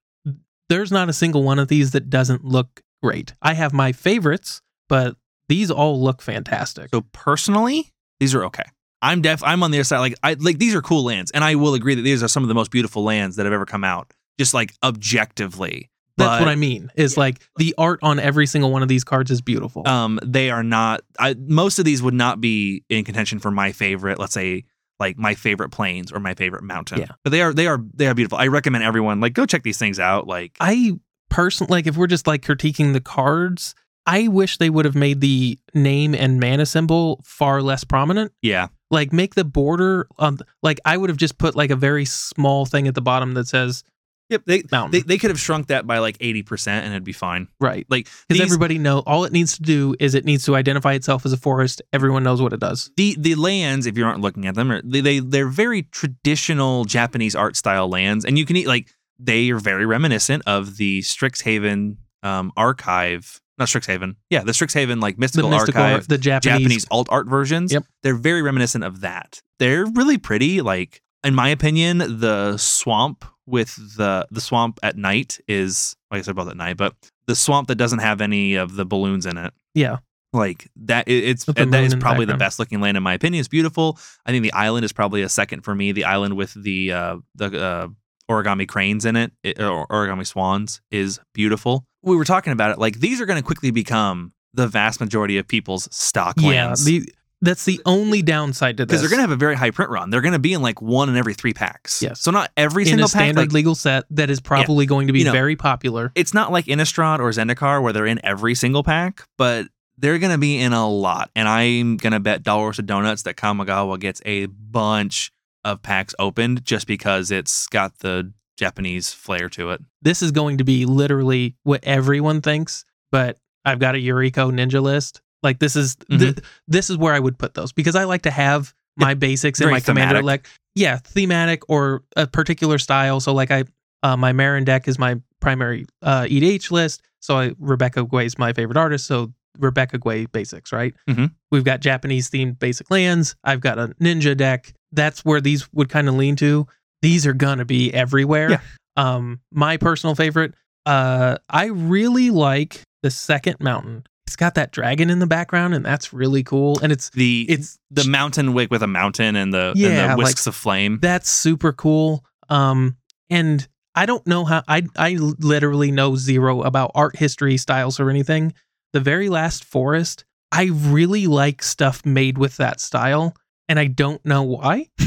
There's not a single one of these that doesn't look great. I have my favorites, but these all look fantastic.
So personally, these are okay. I'm def. I'm on the other side. Like I like these are cool lands, and I will agree that these are some of the most beautiful lands that have ever come out. Just like objectively,
That's
but,
what I mean. Is
Yeah.
like the art on every single one of these cards is beautiful.
Um, they are not. I, most of these would not be in contention for my favorite. Let's say like my favorite plains or my favorite mountain.
Yeah.
But they are they are they are beautiful. I recommend everyone like go check these things out. Like
I personally like if we're just like critiquing the cards, I wish they would have made the name and mana symbol far less prominent.
yeah,
like make the border um like i would have just put like a very small thing at the bottom that says
Yep, they,
mountain.
they they could have shrunk that by like eighty percent and it'd be fine.
right.
Like
Because
these-
everybody know all it needs to do is it needs to identify itself as a forest. Everyone knows what it does.
the the lands, if you aren't looking at them, are they, they they're very traditional Japanese art style lands, and you can eat like they are very reminiscent of the Strixhaven um, archive, not Strixhaven, yeah, the Strixhaven like
The
mystical,
mystical,
archive,
the Japanese,
Japanese, alt art versions.
Yep.
they're very reminiscent of that. They're really pretty. Like in my opinion, the swamp with the the swamp at night is like I said about at night, but the swamp that doesn't have any of the balloons in it
yeah,
like that it- it's
With the
and that
moon
is
in the
probably the,
background.
best looking land in my opinion it's beautiful i think the island is probably a second for me the island with the uh the uh origami cranes in it, it or origami swans is beautiful we were talking about it like these are going to quickly become the vast majority of people's stock
yeah.
lands
The, that's the only downside to this.
because they're going to have a very high print run they're going to be in like one in every three packs
Yes.
so not every
in a
single pack
standard
like,
legal set that is probably going to be
You know,
very popular.
it's not like Innistrad or Zendikar where they're in every single pack, but they're going to be in a lot. And I'm going to bet dollars to donuts that Kamigawa gets a bunch of packs opened just because it's got the Japanese flair to it.
This is going to be literally what everyone thinks. But I've got a Eureka Ninja list. Like this is th-
Mm-hmm.
this is where I would put those because I like to have my basics and
very
my commander
thematic.
elect. Yeah, thematic or a particular style. So like I, uh, my Marin deck is my primary uh, EDH list. So I, Rebecca Gway is my favorite artist. So Rebecca Gway basics, right?
Mhm.
We've got Japanese themed basic lands. I've got a ninja deck. That's where these would kind of lean to. These are gonna be everywhere.
Yeah.
Um, my personal favorite. Uh, I really like the second mountain. It's got that dragon in the background, and that's really cool. And it's
The
it's
the mountain wig with a mountain and the, and
Yeah,
the
like-
wisps of flame.
that's super cool. Um, and I don't know how I I literally know zero about art history styles or anything. The very last forest, I really like stuff made with that style, and I don't know why.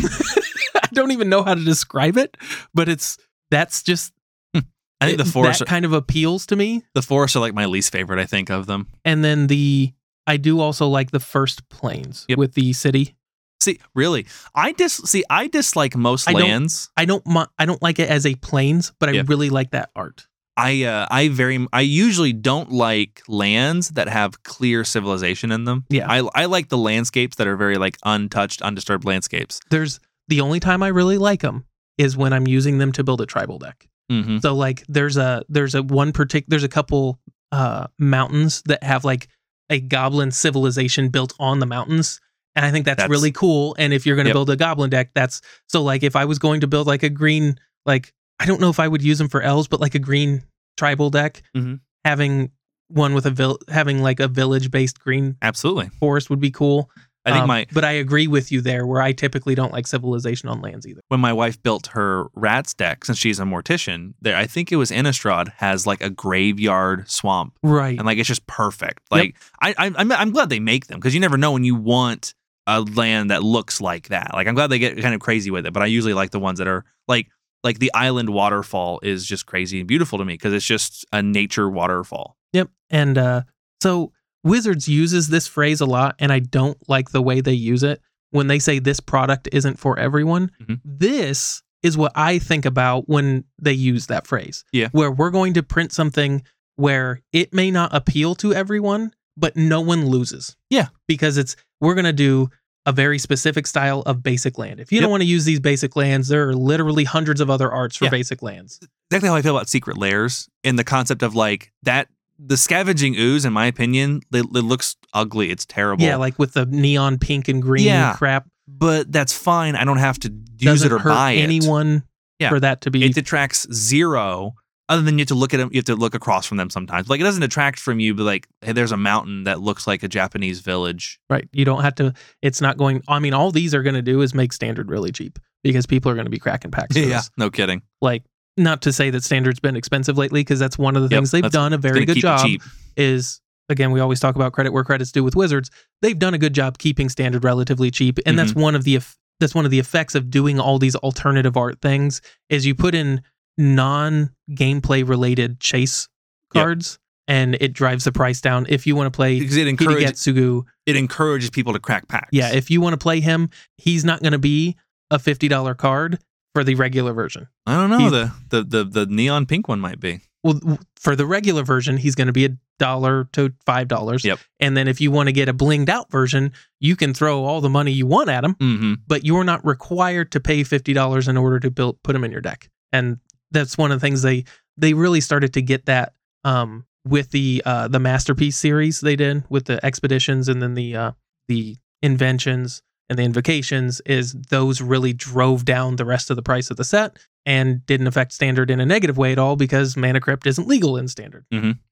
I don't even know how to describe it, but it's that's just
I think the forests
that
are,
kind of appeals to me.
the forests are like my least favorite I think of them.
And then the I do also like the first plains
Yep.
with the city.
See, really. I dis see I dislike most
I don't-
lands.
I don't mi- I don't like it as a plains, but I
Yeah.
really like that art.
I uh, I very I usually don't like lands that have clear civilization in them.
Yeah.
I I like the landscapes that are very like untouched, undisturbed landscapes.
there's the only time I really like them is when I'm using them to build a tribal deck.
Mm-hmm.
So like there's a there's a one particular there's a couple uh mountains that have like a goblin civilization built on the mountains. And I think that's,
That's-
really cool. And if you're going to
Yep.
build a goblin deck, that's so like if I was going to build like a green like I don't know if I would use them for elves, but like a green tribal deck,
Mhm.
having one with a vil- having like a village based green
Absolutely,
forest would be cool.
I think
Um,
my
but I agree with you there, where I typically don't like civilization on lands either.
when my wife built her rats deck, since she's a mortician, there I think it was Innistrad has like a graveyard swamp,
Right.
and like it's just perfect.
Yep.
Like I, I I'm I'm glad they make them because you never know when you want a land that looks like that. Like I'm glad they get kind of crazy with it, but I usually like the ones that are like like the island waterfall is just crazy and beautiful to me because it's just a nature waterfall.
yep. And uh, so Wizards uses this phrase a lot, and I don't like the way they use it when they say this product isn't for everyone.
Mhm.
This is what I think about when they use that phrase.
Yeah.
Where we're going to print something where it may not appeal to everyone, but no one loses.
Yeah.
Because it's we're gonna do a very specific style of basic land. If you don't
Yep.
want to use these basic lands, there are literally hundreds of other arts for
Yeah.
basic lands.
Exactly how I feel about secret lairs and the concept of like that the scavenging ooze, in my opinion, it, it looks ugly. It's terrible.
Yeah, like with the neon pink and green
Yeah.
crap.
but that's fine. I don't have to use
Doesn't
it or
hurt
buy it.
anyone
Yeah.
for that to be.
it detracts zero other than you have to look at them you have to look across from them sometimes like it doesn't detract from you but like hey there's a mountain that looks like a japanese village
right. You don't have to. It's not going. I mean, all these are going to do is make standard really cheap because people are going to be cracking packs. For this.
no kidding
Like, not to say that standard's been expensive lately because that's one of the
Yep,
things they've
that's-
done a
It's
very
gonna
good
keep it
job.
cheap.
Is again, we always talk about credit where credit's due with Wizards. They've done a good job keeping standard relatively cheap, and that's one of the eff- that's one of the effects of doing all these alternative art things is you put in non gameplay related chase
Yep.
cards, and it drives the price down. If you want to play
because it encourages
Hidegetsugu,
it encourages people to crack packs
yeah, if you want to play him, he's not going to be a fifty dollar card. for the regular version.
I don't know.
He's-
The, the the the neon pink one might be.
Well, w- for the regular version, he's going to be a dollar to five dollars.
Yep.
And then if you want to get a blinged out version, you can throw all the money you want at him,
Mm-hmm.
but you're not required to pay fifty dollars in order to build put him in your deck. And that's one of the things they they really started to get that um, with the uh, the masterpiece series they did with the expeditions and then the uh, the inventions and the invocations is those really drove down the rest of the price of the set and didn't affect standard in a negative way at all because mana crypt isn't legal in standard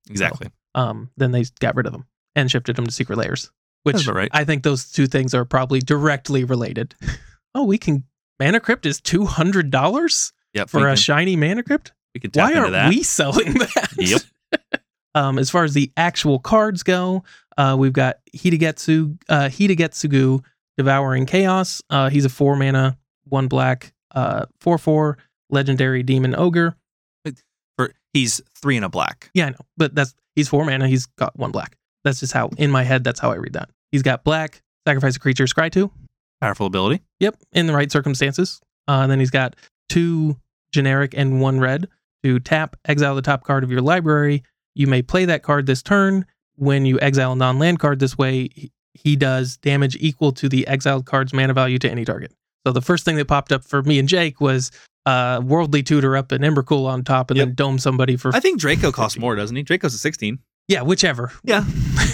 Exactly.
um, then they got rid of them and shifted them to secret layers.
That's
Which
about right.
I think those two things are probably directly related. oh, we can mana crypt is two hundred dollars
Yep.
for
we
a
can,
shiny mana crypt.
we can tap
Why
into
aren't
that.
we selling that?
Yep.
um, as far as the actual cards go, uh, we've got Hidagetsu, uh, Hidagetsugu, Devouring Chaos. Uh, he's a four mana, one black, uh, four four legendary demon ogre.
For he's three and a black.
Yeah, I know, but that's he's four mana. He's got one black. That's just how in my head. That's how I read that. He's got black. Sacrifice a creature, scry two.
Powerful ability.
Yep, in the right circumstances. Uh, and then he's got two generic and one red to tap, exile the top card of your library. You may play that card this turn. When you exile a non-land card this way, he- he does damage equal to the exiled card's mana value to any target. So the first thing that popped up for me and Jake was uh, Worldly Tutor up an Embercool on top and
Yep.
then dome somebody for
I think Draco costs more, doesn't he? Draco's a sixteen.
yeah, whichever.
Yeah.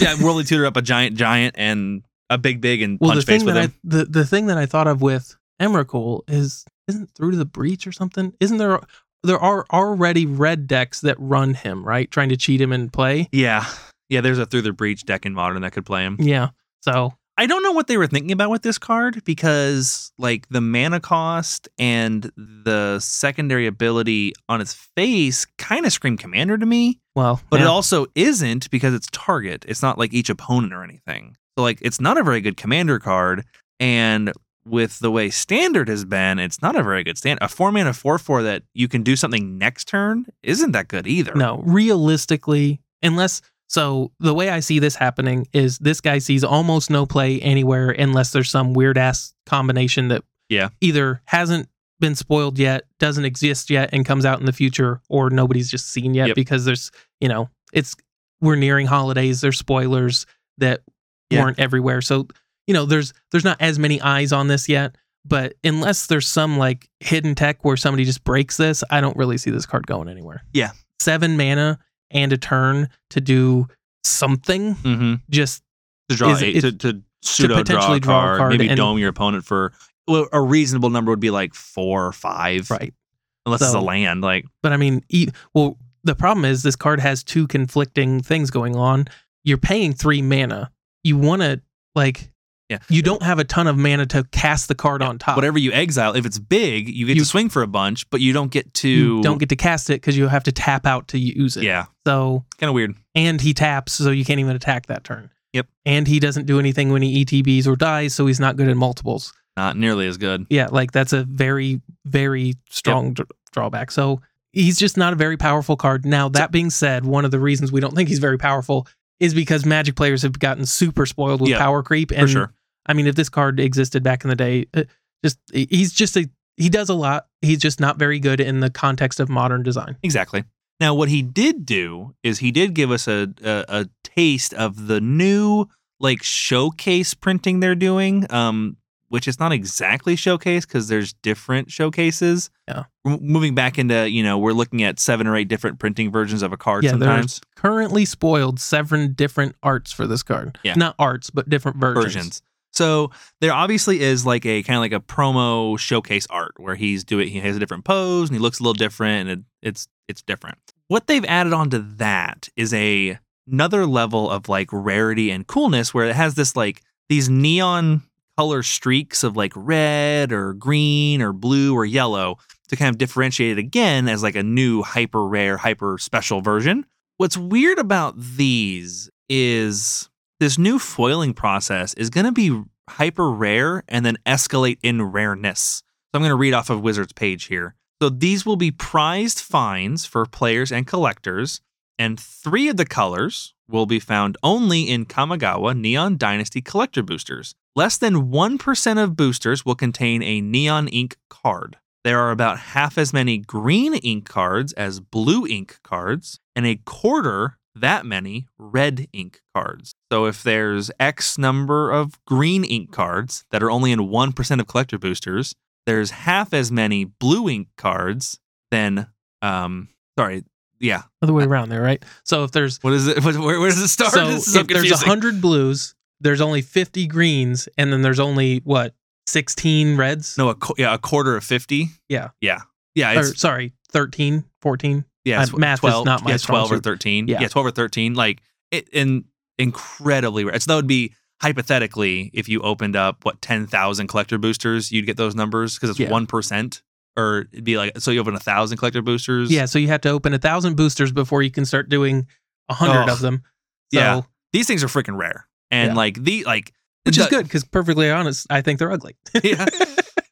Yeah, Worldly Tutor up a giant giant and a big big and
Well,
punch
the thing
face with
that
him.
I the, the thing that I thought of with Emrakul is isn't through to the breach or something? Isn't there there are already red decks that run him right, trying to cheat him in play?
yeah. Yeah, there's a through the breach deck in modern that could play him.
Yeah. So
I don't know what they were thinking about with this card because like the mana cost and the secondary ability on its face kind of scream commander to me,
well,
but it
yeah.
also isn't because it's target. It's not like each opponent or anything. So like it's not a very good commander card and with the way standard has been, it's not a very good stand. A four mana four four that you can do something next turn isn't that good either.
no realistically, unless so the way I see this happening is this guy sees almost no play anywhere unless there's some weird ass combination that
Yeah.
either hasn't been spoiled yet, doesn't exist yet, and comes out in the future, or nobody's just seen yet
Yep.
because there's you know it's we're nearing holidays. There's spoilers that
Yeah.
weren't everywhere, so you know there's there's not as many eyes on this yet. But unless there's some like hidden tech where somebody just breaks this, I don't really see this card going anywhere.
Yeah.
seven mana and a turn to do something
Mm-hmm.
just
to draw
is
eight,
it-
to, to pseudo draw
potentially
a
draw a
card,
card
maybe
and-
dome your opponent for well, a reasonable number would be like four or five,
right.
Unless it's a
So-
land, like
But I mean, e- well, the problem is this card has two conflicting things going on. You're paying three mana. You want to like,
Yeah.
You don't have a ton of mana to cast the card on top.
whatever you exile. If it's big, you get
Ah. You-
to swing for a bunch, but you don't get to
You don't get to cast it because you have to tap out to use it.
yeah,
So
kind of weird.
and he taps, so you can't even attack that turn.
Yep.
And he doesn't do anything when he ETBs or dies, so he's not good at multiples.
Not nearly as good.
Yeah, like that's a very, very strong dr- drawback. So he's just not a very powerful card. Now, that being said, one of the reasons we don't think he's very powerful is because Magic players have gotten super spoiled with
Yeah,
power creep.
For
And
sure.
I mean, if this card existed back in the day, uh, just he's just a he does a lot. He's just not very good in the context of modern design.
Exactly. Now, what he did do is he did give us a a, a taste of the new like showcase printing they're doing, um, which is not exactly showcase because there's different showcases.
Yeah.
M- moving back into you know we're looking at seven or eight different printing versions of a card
Yeah, there's
sometimes
Currently spoiled seven different arts for this card.
Yeah.
Not arts, but different versions.
versions. So there obviously is like a kind of like a promo showcase art where he's doing he has a different pose and he looks a little different and it, it's it's different. What they've added on to that is a another level of like rarity and coolness where it has this like these neon color streaks of like red or green or blue or yellow to kind of differentiate it again as like a new hyper rare hyper special version. What's weird about these is this new foiling process is going to be hyper rare and then escalate in rareness. So I'm going to read off of Wizard's page here. So these will be prized finds for players and collectors, and three of the colors will be found only in Kamigawa Neon Dynasty collector boosters. Less than 1% of boosters will contain a Neon Ink card. There are about half as many green ink cards as blue ink cards, and a quarter that many red ink cards. So if there's X number of green ink cards that are only in 1% of collector boosters, there's half as many blue ink cards than, um, sorry, yeah.
Other way around there, right? So if there's
What is it? What, where, where does it start?
so,
This is so
if there's
confusing.
100 blues, there's only 50 greens, and then there's only what 16 reds?
No, a qu- yeah, a quarter of fifty.
Yeah.
yeah, yeah.
or,
It's
sorry, 13, 14.
yeah, it's
uh, math is
12,
not my
yeah,
strong
twelve or
suit.
thirteen.
Yeah.
Yeah. twelve or thirteen. Like it, in incredibly rare. So that would be hypothetically if you opened up what ten thousand collector boosters, you'd get those numbers because
Yeah.
it's one or it'd be like so you open a thousand collector boosters.
Yeah, so you have to open a thousand boosters before you can start doing a hundred
Oh,
of them. So,
yeah. these things are freaking rare, and
Yeah.
like the like
which is
the-
good because perfectly honest, I think they're ugly.
yeah.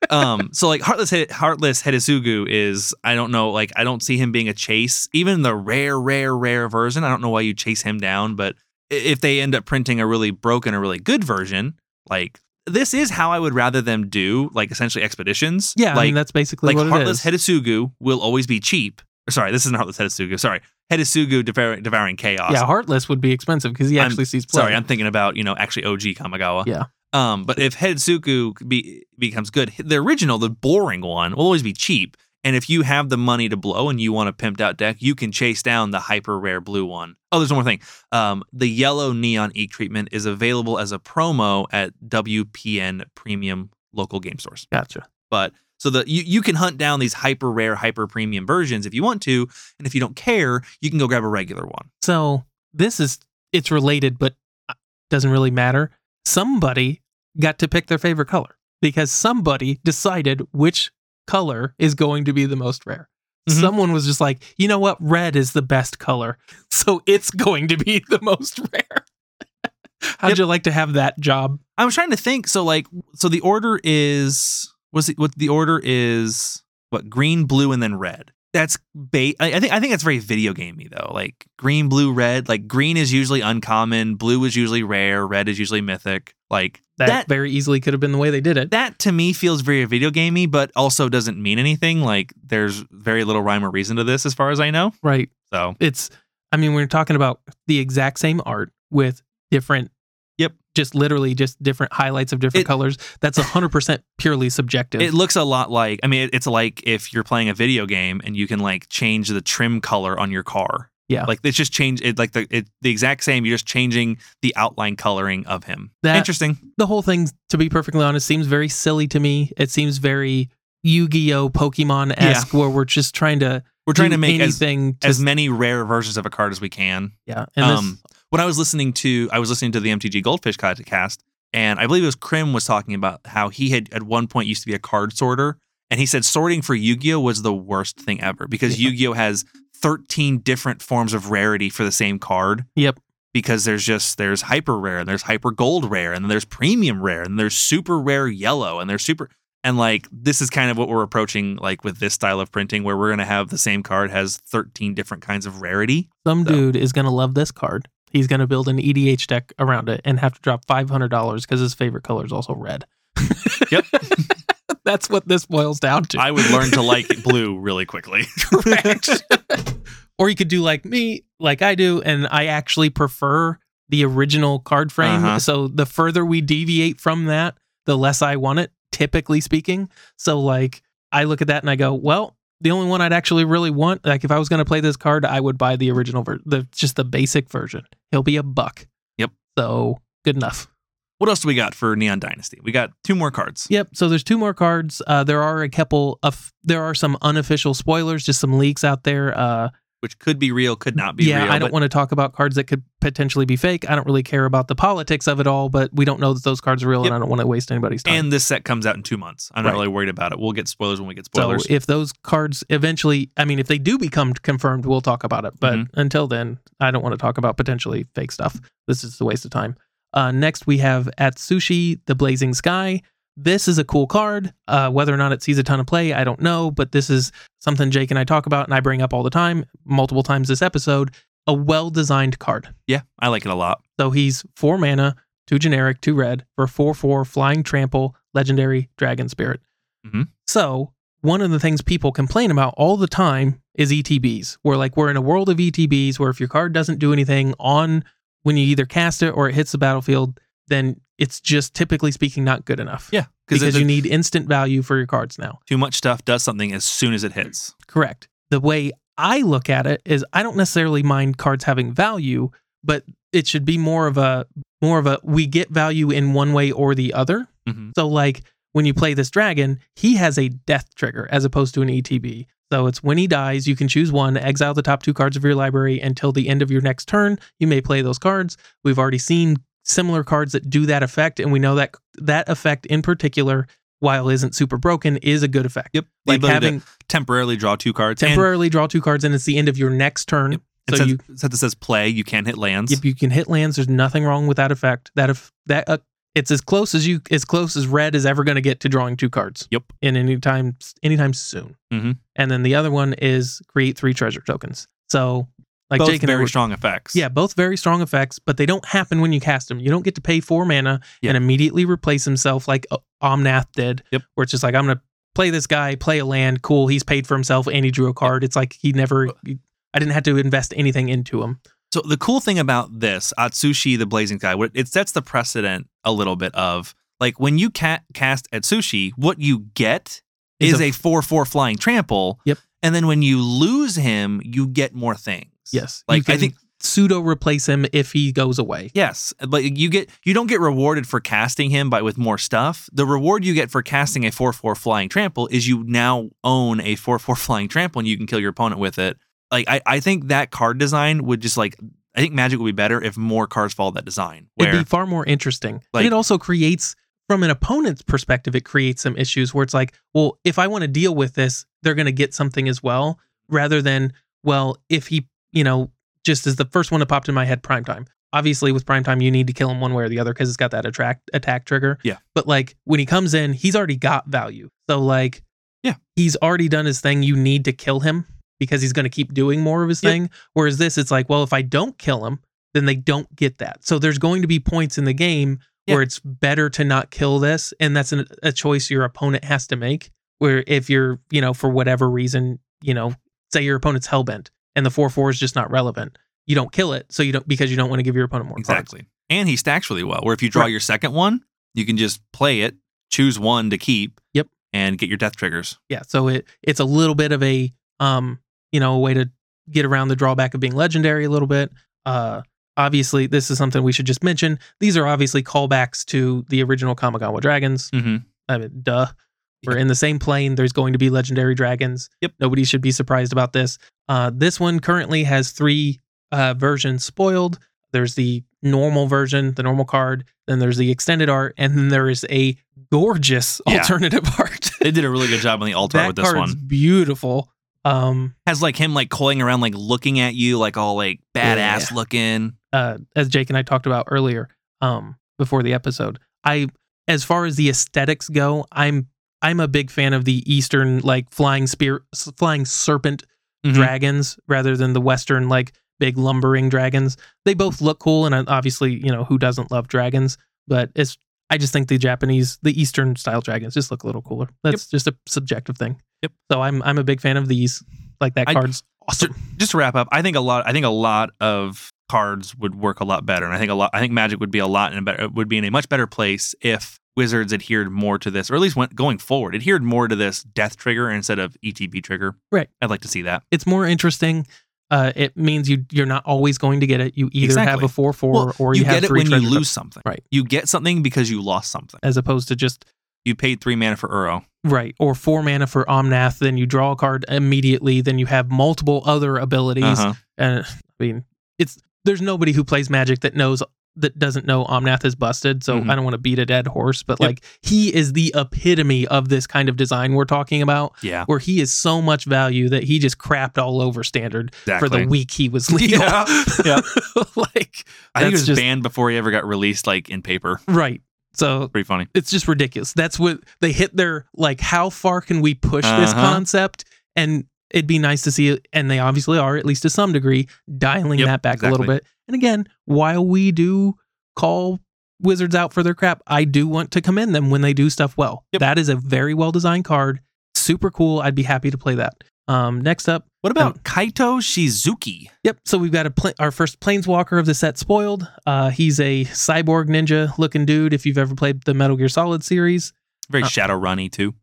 Um, so like heartless Hide- heartless Hedesugu is I don't know like I don't see him being a chase even the rare rare rare version I don't know why you chase him down but i- if they end up printing a really broken a really good version like this is how I would rather them do like essentially expeditions
Yeah,
like
I mean that's basically
like
what it
heartless
is.
Hedesugu will always be cheap Or, sorry this isn't heartless Hedesugu sorry Hedesugu devouring, devouring chaos
Yeah, heartless would be expensive because he
I'm-
actually sees play.
Sorry, I'm thinking about you know actually OG Kamigawa.
Yeah.
Um, but if Heidsuku be, becomes good, the original, the boring one, will always be cheap. And if you have the money to blow and you want a pimped out deck, you can chase down the hyper rare blue one. Oh, there's one more thing. Um, the yellow neon ink treatment is available as a promo at WPN premium local game stores.
gotcha.
But so the you, you can hunt down these hyper rare, hyper premium versions if you want to, and if you don't care, you can go grab a regular one.
So this is it's related, but uh, doesn't really matter. Somebody got to pick their favorite color because somebody decided which color is going to be the most rare.
Mhm.
Someone was just like, you know what, red is the best color, so it's going to be the most rare. How'd
Yep.
you like to have that job?
I was trying to think. So like, so the order is was it what the order is? What green, blue, and then red. That's bait. I I think I think that's very video gamey though. Like green, blue, red. Like green is usually uncommon. Blue is usually rare. Red is usually mythic. Like
That,
that. That,
very easily could have been the way they did it.
to me feels very video gamey, but also doesn't mean anything. Like there's very little rhyme or reason to this, as far as I know.
right.
So
It's I mean, we're talking about the exact same art with different
Yep.
just literally just different highlights of different
It-
colors. That's 100% purely subjective.
It looks a lot like I mean, it, it's like if you're playing a video game and you can like change the trim color on your car.
Yeah.
like it's just change it like the it, the exact same. You're just changing the outline coloring of him.
That-
Interesting.
the whole thing, to be perfectly honest, seems very silly to me. It seems very Yu-Gi-Oh Pokemon esque, where we're just trying to
We're trying
do
to make as
anything to,
as many rare versions of a card as we can.
yeah. And this-
um, when I was listening to, I was listening to the MTG Goldfish podcast, and I believe it was Krim was talking about how he had at one point used to be a card sorter, and he said sorting for Yu-Gi-Oh was the worst thing ever because
Yeah.
Yu-Gi-Oh has 13 different forms of rarity for the same card.
Yep.
Because there's just there's hyper rare and there's hyper gold rare and then there's premium rare and there's super rare yellow and there's super and like this is kind of what we're approaching like with this style of printing where we're gonna have the same card has 13 different kinds of rarity.
some
so-
dude is gonna love this card. He's gonna build an EDH deck around it and have to drop five hundred dollars because his favorite color is also red.
Yep.
That's what this boils down to.
I would learn to like blue really quickly.
Correct. or you could do like me, like I do, and I actually prefer the original card frame.
Uh-huh.
So the further we deviate from that, the less I want it, typically speaking. So like I look at that and I go, well, the only one I'd actually really want, like if I was going to play this card, I would buy the original version, the just the basic version. He'll be a buck.
Yep.
So good enough.
What else do we got for Neon Dynasty? We got two more cards.
Yep. So there's two more cards. Uh, there are a couple of there are some unofficial spoilers, just some leaks out there. Uh,
Which could be real, could not be
yeah,
real.
I don't
but
want to talk about cards that could potentially be fake. I don't really care about the politics of it all, but we don't know that those cards are real, and
Yep.
I don't want to waste anybody's time.
and this set comes out in two months. I'm
Right.
not really worried about it. We'll get spoilers when we get
so
spoilers.
if those cards eventually, I mean, if they do become confirmed, we'll talk about it. But
Mhm.
until then, I don't want to talk about potentially fake stuff. This is a waste of time. Uh, next, we have Atsushi, the Blazing Sky. This is a cool card. Uh, whether or not it sees a ton of play, I don't know, but this is something Jake and I talk about and I bring up all the time, multiple times this episode. A well designed card.
yeah, I like it a lot.
So he's four mana, two generic, two red for four four flying trample, legendary dragon spirit.
Mhm.
So one of the things people complain about all the time is ETBs. We're like, we're in a world of ETBs where if your card doesn't do anything on when you either cast it or it hits the battlefield, then it's just typically speaking not good enough.
Yeah,
Because
because
you need instant value for your cards now.
too much stuff does something as soon as it hits.
Correct. The way I look at it is I don't necessarily mind cards having value, but it should be more of a more of a we get value in one way or the other.
Mm-hmm.
So like when you play this dragon, he has a death trigger as opposed to an ETB. So it's when he dies, you can choose one, exile the top two cards of your library until the end of your next turn. You may play those cards. We've already seen similar cards that do that effect, and we know that that effect in particular, while isn't super broken, is a good effect.
Yep. The
Like
ability to
having
temporarily draw two cards. and-
temporarily draw two cards, and it's the end of your next turn.
Yep.
So
And, since,
you
since it says play, you can't hit lands.
if you can hit lands, there's nothing wrong with that effect. That if that uh, it's as close as you as close as red is ever going to get to drawing two cards.
Yep.
In any time anytime soon.
Mhm.
And then the other one is create three treasure tokens. So like
Both
Jake and I
very
were-
strong effects.
yeah, both very strong effects, but they don't happen when you cast them. You don't get to pay four mana
Yeah.
and immediately replace himself like uh, Omnath did.
Yep.
Where it's just like I'm gonna play this guy, play a land, cool. He's paid for himself and he drew a card. It's like he never. I didn't have to invest anything into him.
So the cool thing about this Atsushi the Blazing Sky, what- it sets the precedent a little bit of like when you ca- cast Atsushi, what you get
It's
is a four four flying trample.
Yep.
And then when you lose him, you get more things.
yes. you
Like I
can
think
pseudo replace him if he goes away.
yes, but you get you don't get rewarded for casting him by with more stuff. The reward you get for casting a four four flying trample is you now own a four four flying trample and you can kill your opponent with it. Like I, I think that card design would just like I think Magic would be better if more cards followed that design. Where
It'd be far more interesting. and
Like-
it also creates, from an opponent's perspective, it creates some issues where it's like, well, if I want to deal with this, they're going to get something as well, rather than, well, if he, you know, just as the first one that popped in my head, prime time. Obviously, with prime time, you need to kill him one way or the other because it's got that attract attack trigger.
Yeah.
But like when he comes in, he's already got value. So like,
Yeah.
he's already done his thing. You need to kill him because he's going to keep doing more of his
Yep.
thing. Whereas this, it's like, well, if I don't kill him, then they don't get that. So there's going to be points in the game
Yeah.
where it's better to not kill this, and that's an, a choice your opponent has to make. Where if you're, you know, for whatever reason, you know, say your opponent's hellbent and the four four is just not relevant, you don't kill it, so you don't because you don't want to give your opponent more cards.
Exactly. And he stacks really well. Where if you draw
Right.
your second one, you can just play it, choose one to keep.
Yep.
And get your death triggers.
Yeah, so it it's a little bit of a um, you know, a way to get around the drawback of being legendary a little bit. Uh, obviously, this is something we should just mention. These are obviously callbacks to the original Kamigawa Dragons.
Mm-hmm.
I mean, duh. We're in the same plane. There's going to be legendary dragons.
Yep.
Nobody should be surprised about this. Uh, this one currently has three uh, versions spoiled. There's the normal version, the normal card. Then there's the extended art, and then there is a gorgeous
Yeah.
alternative art.
They did a really good job on the altar
that
with this
card's
one.
beautiful. Um,
Has like him like coiling around, like looking at you, like all like badass looking.
uh, as Jake and I talked about earlier, um, before the episode. I, as far as the aesthetics go, I'm I'm a big fan of the Eastern like flying spear, s- flying serpent
Mhm.
dragons rather than the Western like big lumbering dragons. They both look cool, and uh, obviously, you know who doesn't love dragons. But it's I just think the Japanese, the Eastern style dragons just look a little cooler. That's just a subjective thing.
Yep.
So I'm I'm a big fan of these. Like that
I-
card's awesome.
Just to wrap up, I think a lot. I think a lot of cards would work a lot better, and I think a lot. I think Magic would be a lot in a better uh, would be in a much better place if Wizards adhered more to this, or at least went going forward, adhered more to this death trigger instead of ETB trigger.
Right.
I'd like to see that.
it's more interesting. Uh, it means you you're not always going to get it. You either have
Exactly.
a four four
Well,
or you,
you,
have
get it
three
when you
treasure
lose
tokens,
something.
Right.
You get something because you lost something.
as opposed to just
You paid three mana for Uro.
right or four mana for Omnath. Then you draw a card immediately. Then you have multiple other abilities.
Uh-huh.
And I mean, it's there's nobody who plays Magic that knows that doesn't know Omnath is busted. So
Mhm.
I don't want to beat a dead horse, but
Yep.
like he is the epitome of this kind of design we're talking about,
Yeah.
where he is so much value that he just crapped all over standard
Exactly.
for the week he was legal.
Yeah. Yeah.
like
I think he
That's
was
just-
banned before he ever got released, like in paper.
Right. So
Pretty funny.
it's just ridiculous. That's what they hit their like how far can we push this
Uh-huh.
concept and it'd be nice to see it and they obviously are at least to some degree dialing
Yep,
that back a little
exactly.
bit. And again, while we do call wizards out for their crap, I do want to commend them when they do stuff well.
Yep.
That is a very well designed card. Super cool. I'd be happy to play that. Um, next up,
What about Kaito Shizuki?
Yep. So we've got a pla- our first planeswalker of the set spoiled. Uh, he's a cyborg ninja looking dude. If you've ever played the Metal Gear Solid series,
Very
Uh,
shadow runny too.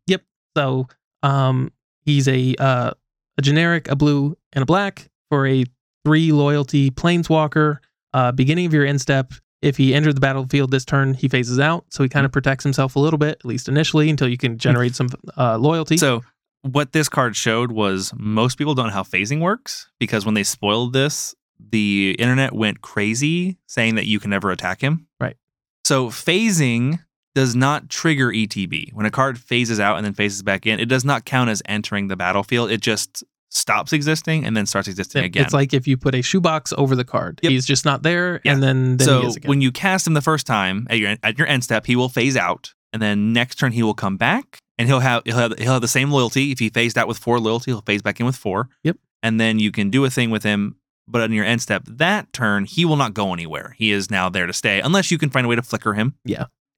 so um, he's a uh, a generic, a blue, and a black for a three loyalty planeswalker. Uh, beginning of your end step. If he enters the battlefield this turn, he phases out, so he kind
Mm-hmm.
of protects himself a little bit, at least initially, until you can generate some uh, loyalty.
So what this card showed was most people don't know how phasing works because when they spoiled this, the internet went crazy saying that you can never attack him.
Right.
So phasing does not trigger ETB. When a card phases out and then phases back in, it does not count as entering the battlefield. It just stops existing and then starts existing
Yep,
again.
It's like if you put a shoebox over the card.
Yep.
He's just not there,
Yeah.
and then, then he
so
is again.
when you cast him the first time at your at your end step, he will phase out, and then next turn he will come back, and he'll have he'll have, he'll have the same loyalty. If he phased out with four loyalty, he'll phase back in with four.
Yep.
And then you can do a thing with him, but on your end step that turn he will not go anywhere. He is now there to stay, unless you can find a way to flicker him.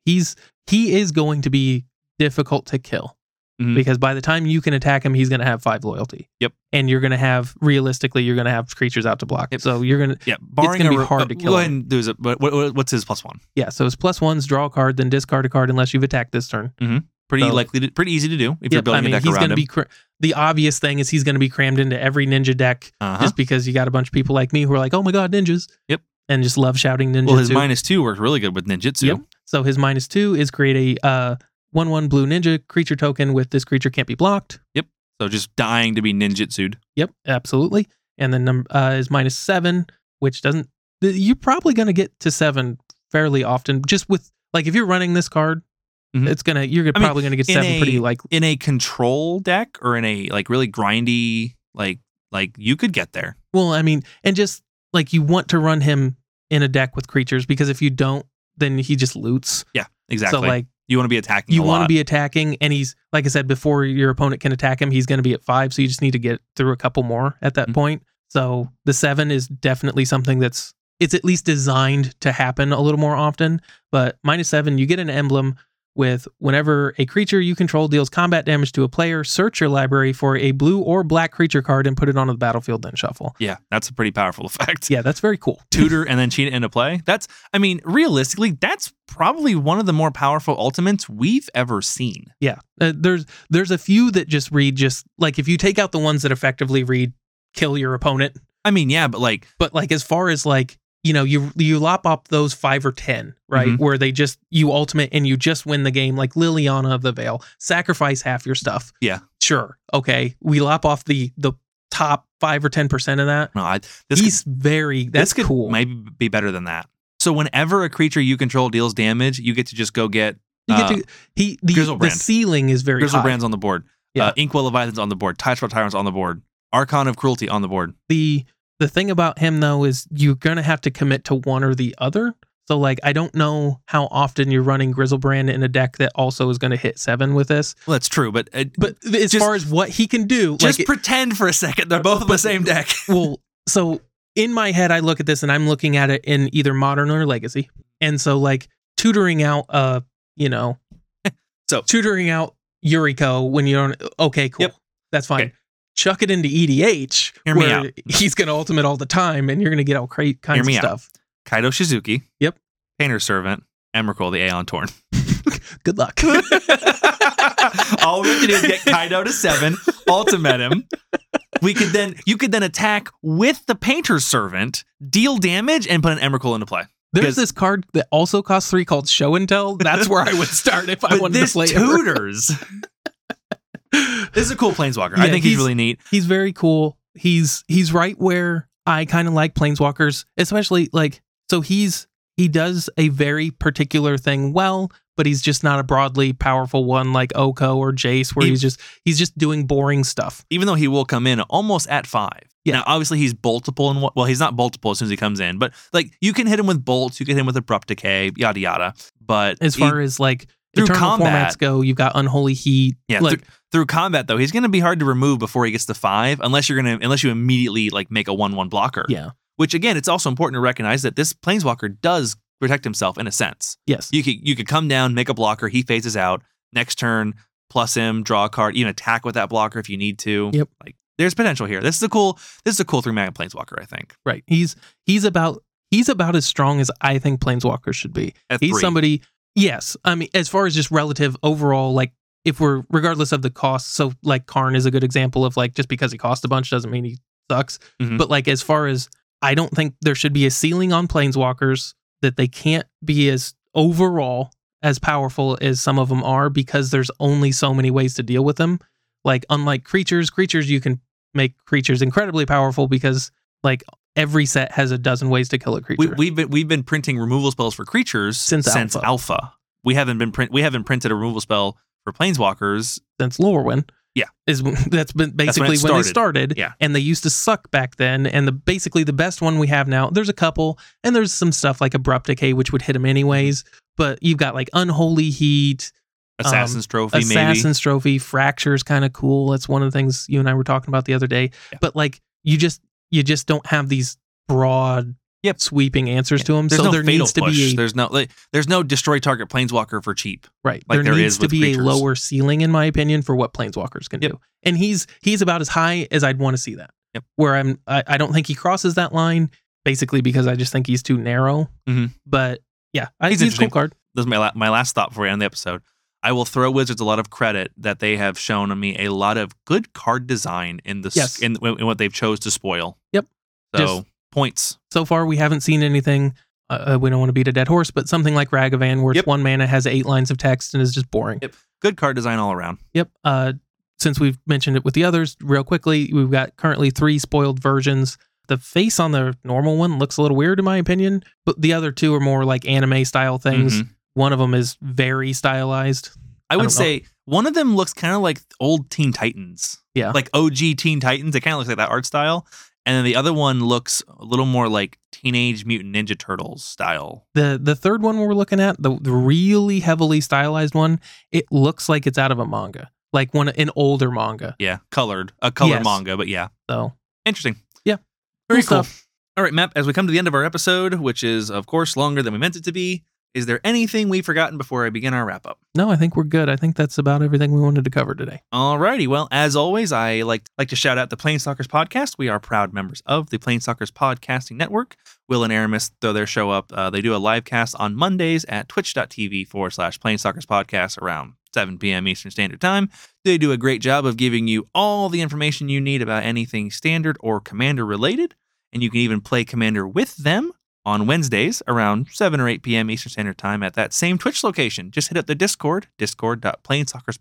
he's he is going to be difficult to kill
Mhm.
because by the time you can attack him, he's going to have five loyalty.
Yep.
and you're going to have realistically, you're going to have creatures out to block.
Yep.
So you're going to
Yeah, barring
gonna
a
be
re-
hard
uh,
to kill
Go ahead
him.
and do his, but what, what- what's his plus one?
yeah. So it's plus ones, draw a card, then discard a card unless you've attacked this turn.
Pretty
So-
likely, to, pretty easy to do if you're
Yep, I
building
mean
a deck
he's
around
gonna
him.
be cr- the obvious thing is he's going to be crammed into every ninja deck
uh-huh.
just because you got a bunch of people like me who are like, oh my god, ninjas.
Yep.
and just love shouting ninja.
well, his minus two worked really good with ninjutsu.
Yep. So his minus two is create a uh, one one blue ninja creature token with this creature can't be blocked.
So just dying to be ninjutsu'd.
Yep, absolutely. And then num- uh, is minus seven, which doesn't. th- You're probably going to get to seven fairly often. Just with like if you're running this card,
Mhm.
it's gonna you're
I mean,
probably going to get
in
seven
a-
pretty likely.
in a control deck or in a like really grindy like like you could get there.
Well, I mean, and just like you want to run him in a deck with creatures because if you don't, then he just loots.
Yeah, exactly.
So like
you want to be attacking.
you
want
want to be attacking, and he's like I said before, your opponent can attack him. He's going to be at five, so you just need to get through a couple more at that
Mhm.
point. So the seven is definitely something that's it's at least designed to happen a little more often. But minus seven, you get an emblem with whenever a creature you control deals combat damage to a player, search your library for a blue or black creature card and put it onto the battlefield, then shuffle.
Yeah, that's a pretty powerful effect.
Yeah, that's very cool.
Tutor and then cheat it into play. That's I mean realistically that's probably one of the more powerful ultimates we've ever seen.
Yeah, uh, there's there's a few that just read just like if you take out the ones that effectively read kill your opponent
I mean yeah, but like
but like as far as like you know you you lop up those five or ten right
Mhm.
where they just you ultimate and you just win the game like liliana of the veil sacrifice half your stuff
Yeah.
sure okay we lop off the the top five or ten percent of that
no, I, this could-
he's very that's
this could
cool
maybe be better than that. So whenever a creature you control deals damage, you get to just go get
you get
uh,
to he the, the
Grizzlebrand.
ceiling is very high.
Grizzlebrand's on the board.
Yeah.
Uh, Inkwell Leviathan's on the board. Tideshell Tyrant's on the board. Archon of Cruelty on the board.
the the thing about him though is you're gonna have to commit to one or the other. So like I don't know how often you're running Grizzlebrand in a deck that also is gonna hit seven with this.
Well, that's true, but uh,
But th- as
Just-
far as what he can do,
just
like it-
pretend for a second they're both on the same deck.
well, so in my head I look at this and I'm looking at it in either modern or legacy, and so like tutoring out uh you know
So-
tutoring out Yuriko when you don't okay cool
Yep.
that's fine.
Okay.
Chuck it into EDH,
Hear me
where
out.
he's going to ultimate all the time, and you're going to get all cra- kinds of
me out.
stuff.
Kaido Shizuki.
Yep.
Painter Servant. Emrakul, the Aeon Torn.
good luck.
All we have to do is get Kaido to seven, ultimate him. We could then you could then attack with the Painter Servant, deal damage, and put an Emrakul into play.
There's
Because-
this card that also costs three called Show and Tell. That's where I would start if I
But
wanted to
this
play. Ember.
tutors. this is a cool planeswalker. I
Yeah,
think he's,
he's-
really neat.
He's very cool. He's he's right where I kind of like planeswalkers, especially like so he's he does a very particular thing well, but he's just not a broadly powerful one like Oko or Jace, where
He-
he's just he's just doing boring stuff.
even though he will come in almost at five.
Yeah.
Now, obviously, he's boltable and well, he's not boltable as soon as he comes in, but like you can hit him with bolts, you can hit him with abrupt decay, yada yada. But
As
he-
far as like
through
eternal
combat-
formats go, you've got Unholy Heat.
yeah,
like
through, through combat though, he's going to be hard to remove before he gets to five, unless you're gonna unless you immediately like make a one one blocker.
yeah,
Which again, it's also important to recognize that this planeswalker does protect himself in a sense.
yes,
You could you could come down, make a blocker, he phases out. Next turn, plus him, draw a card, even attack with that blocker if you need to.
Yep.
Like there's potential here. This is a cool this is a cool three mana planeswalker, I think.
Right. He's he's about he's about as strong as I think planeswalkers should be.
At
He's
three.
somebody yes. I mean as far as just relative overall like if we're regardless of the cost, so like Karn is a good example of like just because he costs a bunch doesn't mean he sucks.
Mhm.
But like as far as I don't think there should be a ceiling on planeswalkers that they can't be as overall as powerful as some of them are because there's only so many ways to deal with them. Like unlike creatures, creatures you can make creatures incredibly powerful because like every set has a dozen ways to kill a creature.
We, we've been we've been printing removal spells for creatures
Since Alpha.
alpha. We haven't been print we haven't printed a removal spell for planeswalkers.
since Lorwyn.
Yeah.
is that's been basically
it
when, they
started.
started.
Yeah.
and they used to suck back then. And the basically the best one we have now. There's a couple, and there's some stuff like abrupt decay, which would hit them anyways. But you've got like unholy heat, Um,
Assassin's trophy,
assassin's trophy, fractures, kind of cool. That's one of the things you and I were talking about the other day.
Yeah.
But like you just you just don't have these broad,
Yep.
sweeping answers
maybe.
to them.
There's
so
no
there
fatal
needs to
push.
be a
there's no like, there's no destroy target planeswalker for cheap.
Right.
like
there,
there
needs
is
to
with
be a
creatures.
lower ceiling, in my opinion, for what planeswalkers can
Yep.
do. And he's he's about as high as I'd want to see that.
Yep.
Where I'm I, I don't think he crosses that line, basically because I just think he's too narrow.
Mhm.
But yeah, I
He's
he's, he's a cool
interesting.
card.
this is my, la- my last thought for you on the episode. I will throw Wizards a lot of credit that they have shown me a lot of good card design in this
Yes.
in, in what they've chose to spoil.
Yep.
So
Just-
points.
So far we haven't seen anything uh, uh, we don't want to beat a dead horse, but something like Ragavan where
Yep.
it's one mana has eight lines of text and is just boring.
Yep. Good card design all around.
Yep. Uh, since we've mentioned it with the others, real quickly, we've got currently three spoiled versions. The face on the normal one looks a little weird, in my opinion, but the other two are more like anime style things.
Mhm.
One of them is very stylized.
I
don't know.
would say one of them looks kind of like old Teen Titans.
Yeah.
Like OG Teen Titans. It kind of looks like that art style. And then the other one looks a little more like Teenage Mutant Ninja Turtles style.
The the third one we're looking at, the, the really heavily stylized one, it looks like it's out of a manga, like one an older manga.
Yeah. Colored. A color
Yes.
manga, but yeah.
So
Interesting.
Yeah.
Very
Cool
cool. All right, Map, as we come to the end of our episode, which is, of course, longer than we meant it to be, is there anything we've forgotten before I begin our wrap up?
no, I think we're good. I think that's about everything we wanted to cover today.
Alrighty, well, as always, I like like to shout out the Planestalkers podcast. We are proud members of the Planestalkers podcasting network. Will and Aramis throw their show up. Uh, they do a live cast on Mondays at twitch.tv forward slash Planestalkers podcast around 7 p.m. Eastern Standard Time. They do a great job of giving you all the information you need about anything standard or commander related, and you can even play commander with them on Wednesdays around 7 or 8 p.m. Eastern Standard Time at that same Twitch location. Just hit up the Discord,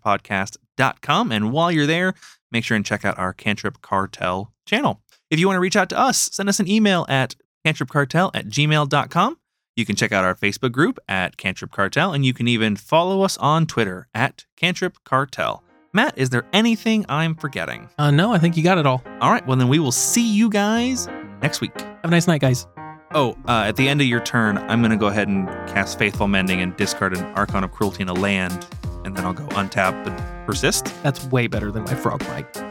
discord.plainsoccerspodcast.com. And while you're there, make sure and check out our Cantrip Cartel channel. If you want to reach out to us, send us an email at cantripcartel at gmail.com. You can check out our Facebook group at Cantrip Cartel, and you can even follow us on Twitter at Cantrip Cartel. Matt, is there anything I'm forgetting?
Uh, no, I think you got it all.
All right, well, then we will see you guys next week.
Have a nice night, guys.
Oh, uh, at the end of your turn, I'm going to go ahead and cast Faithful Mending and discard an Archon of Cruelty and a land, and then I'll go untap and persist.
That's way better than my frog mic.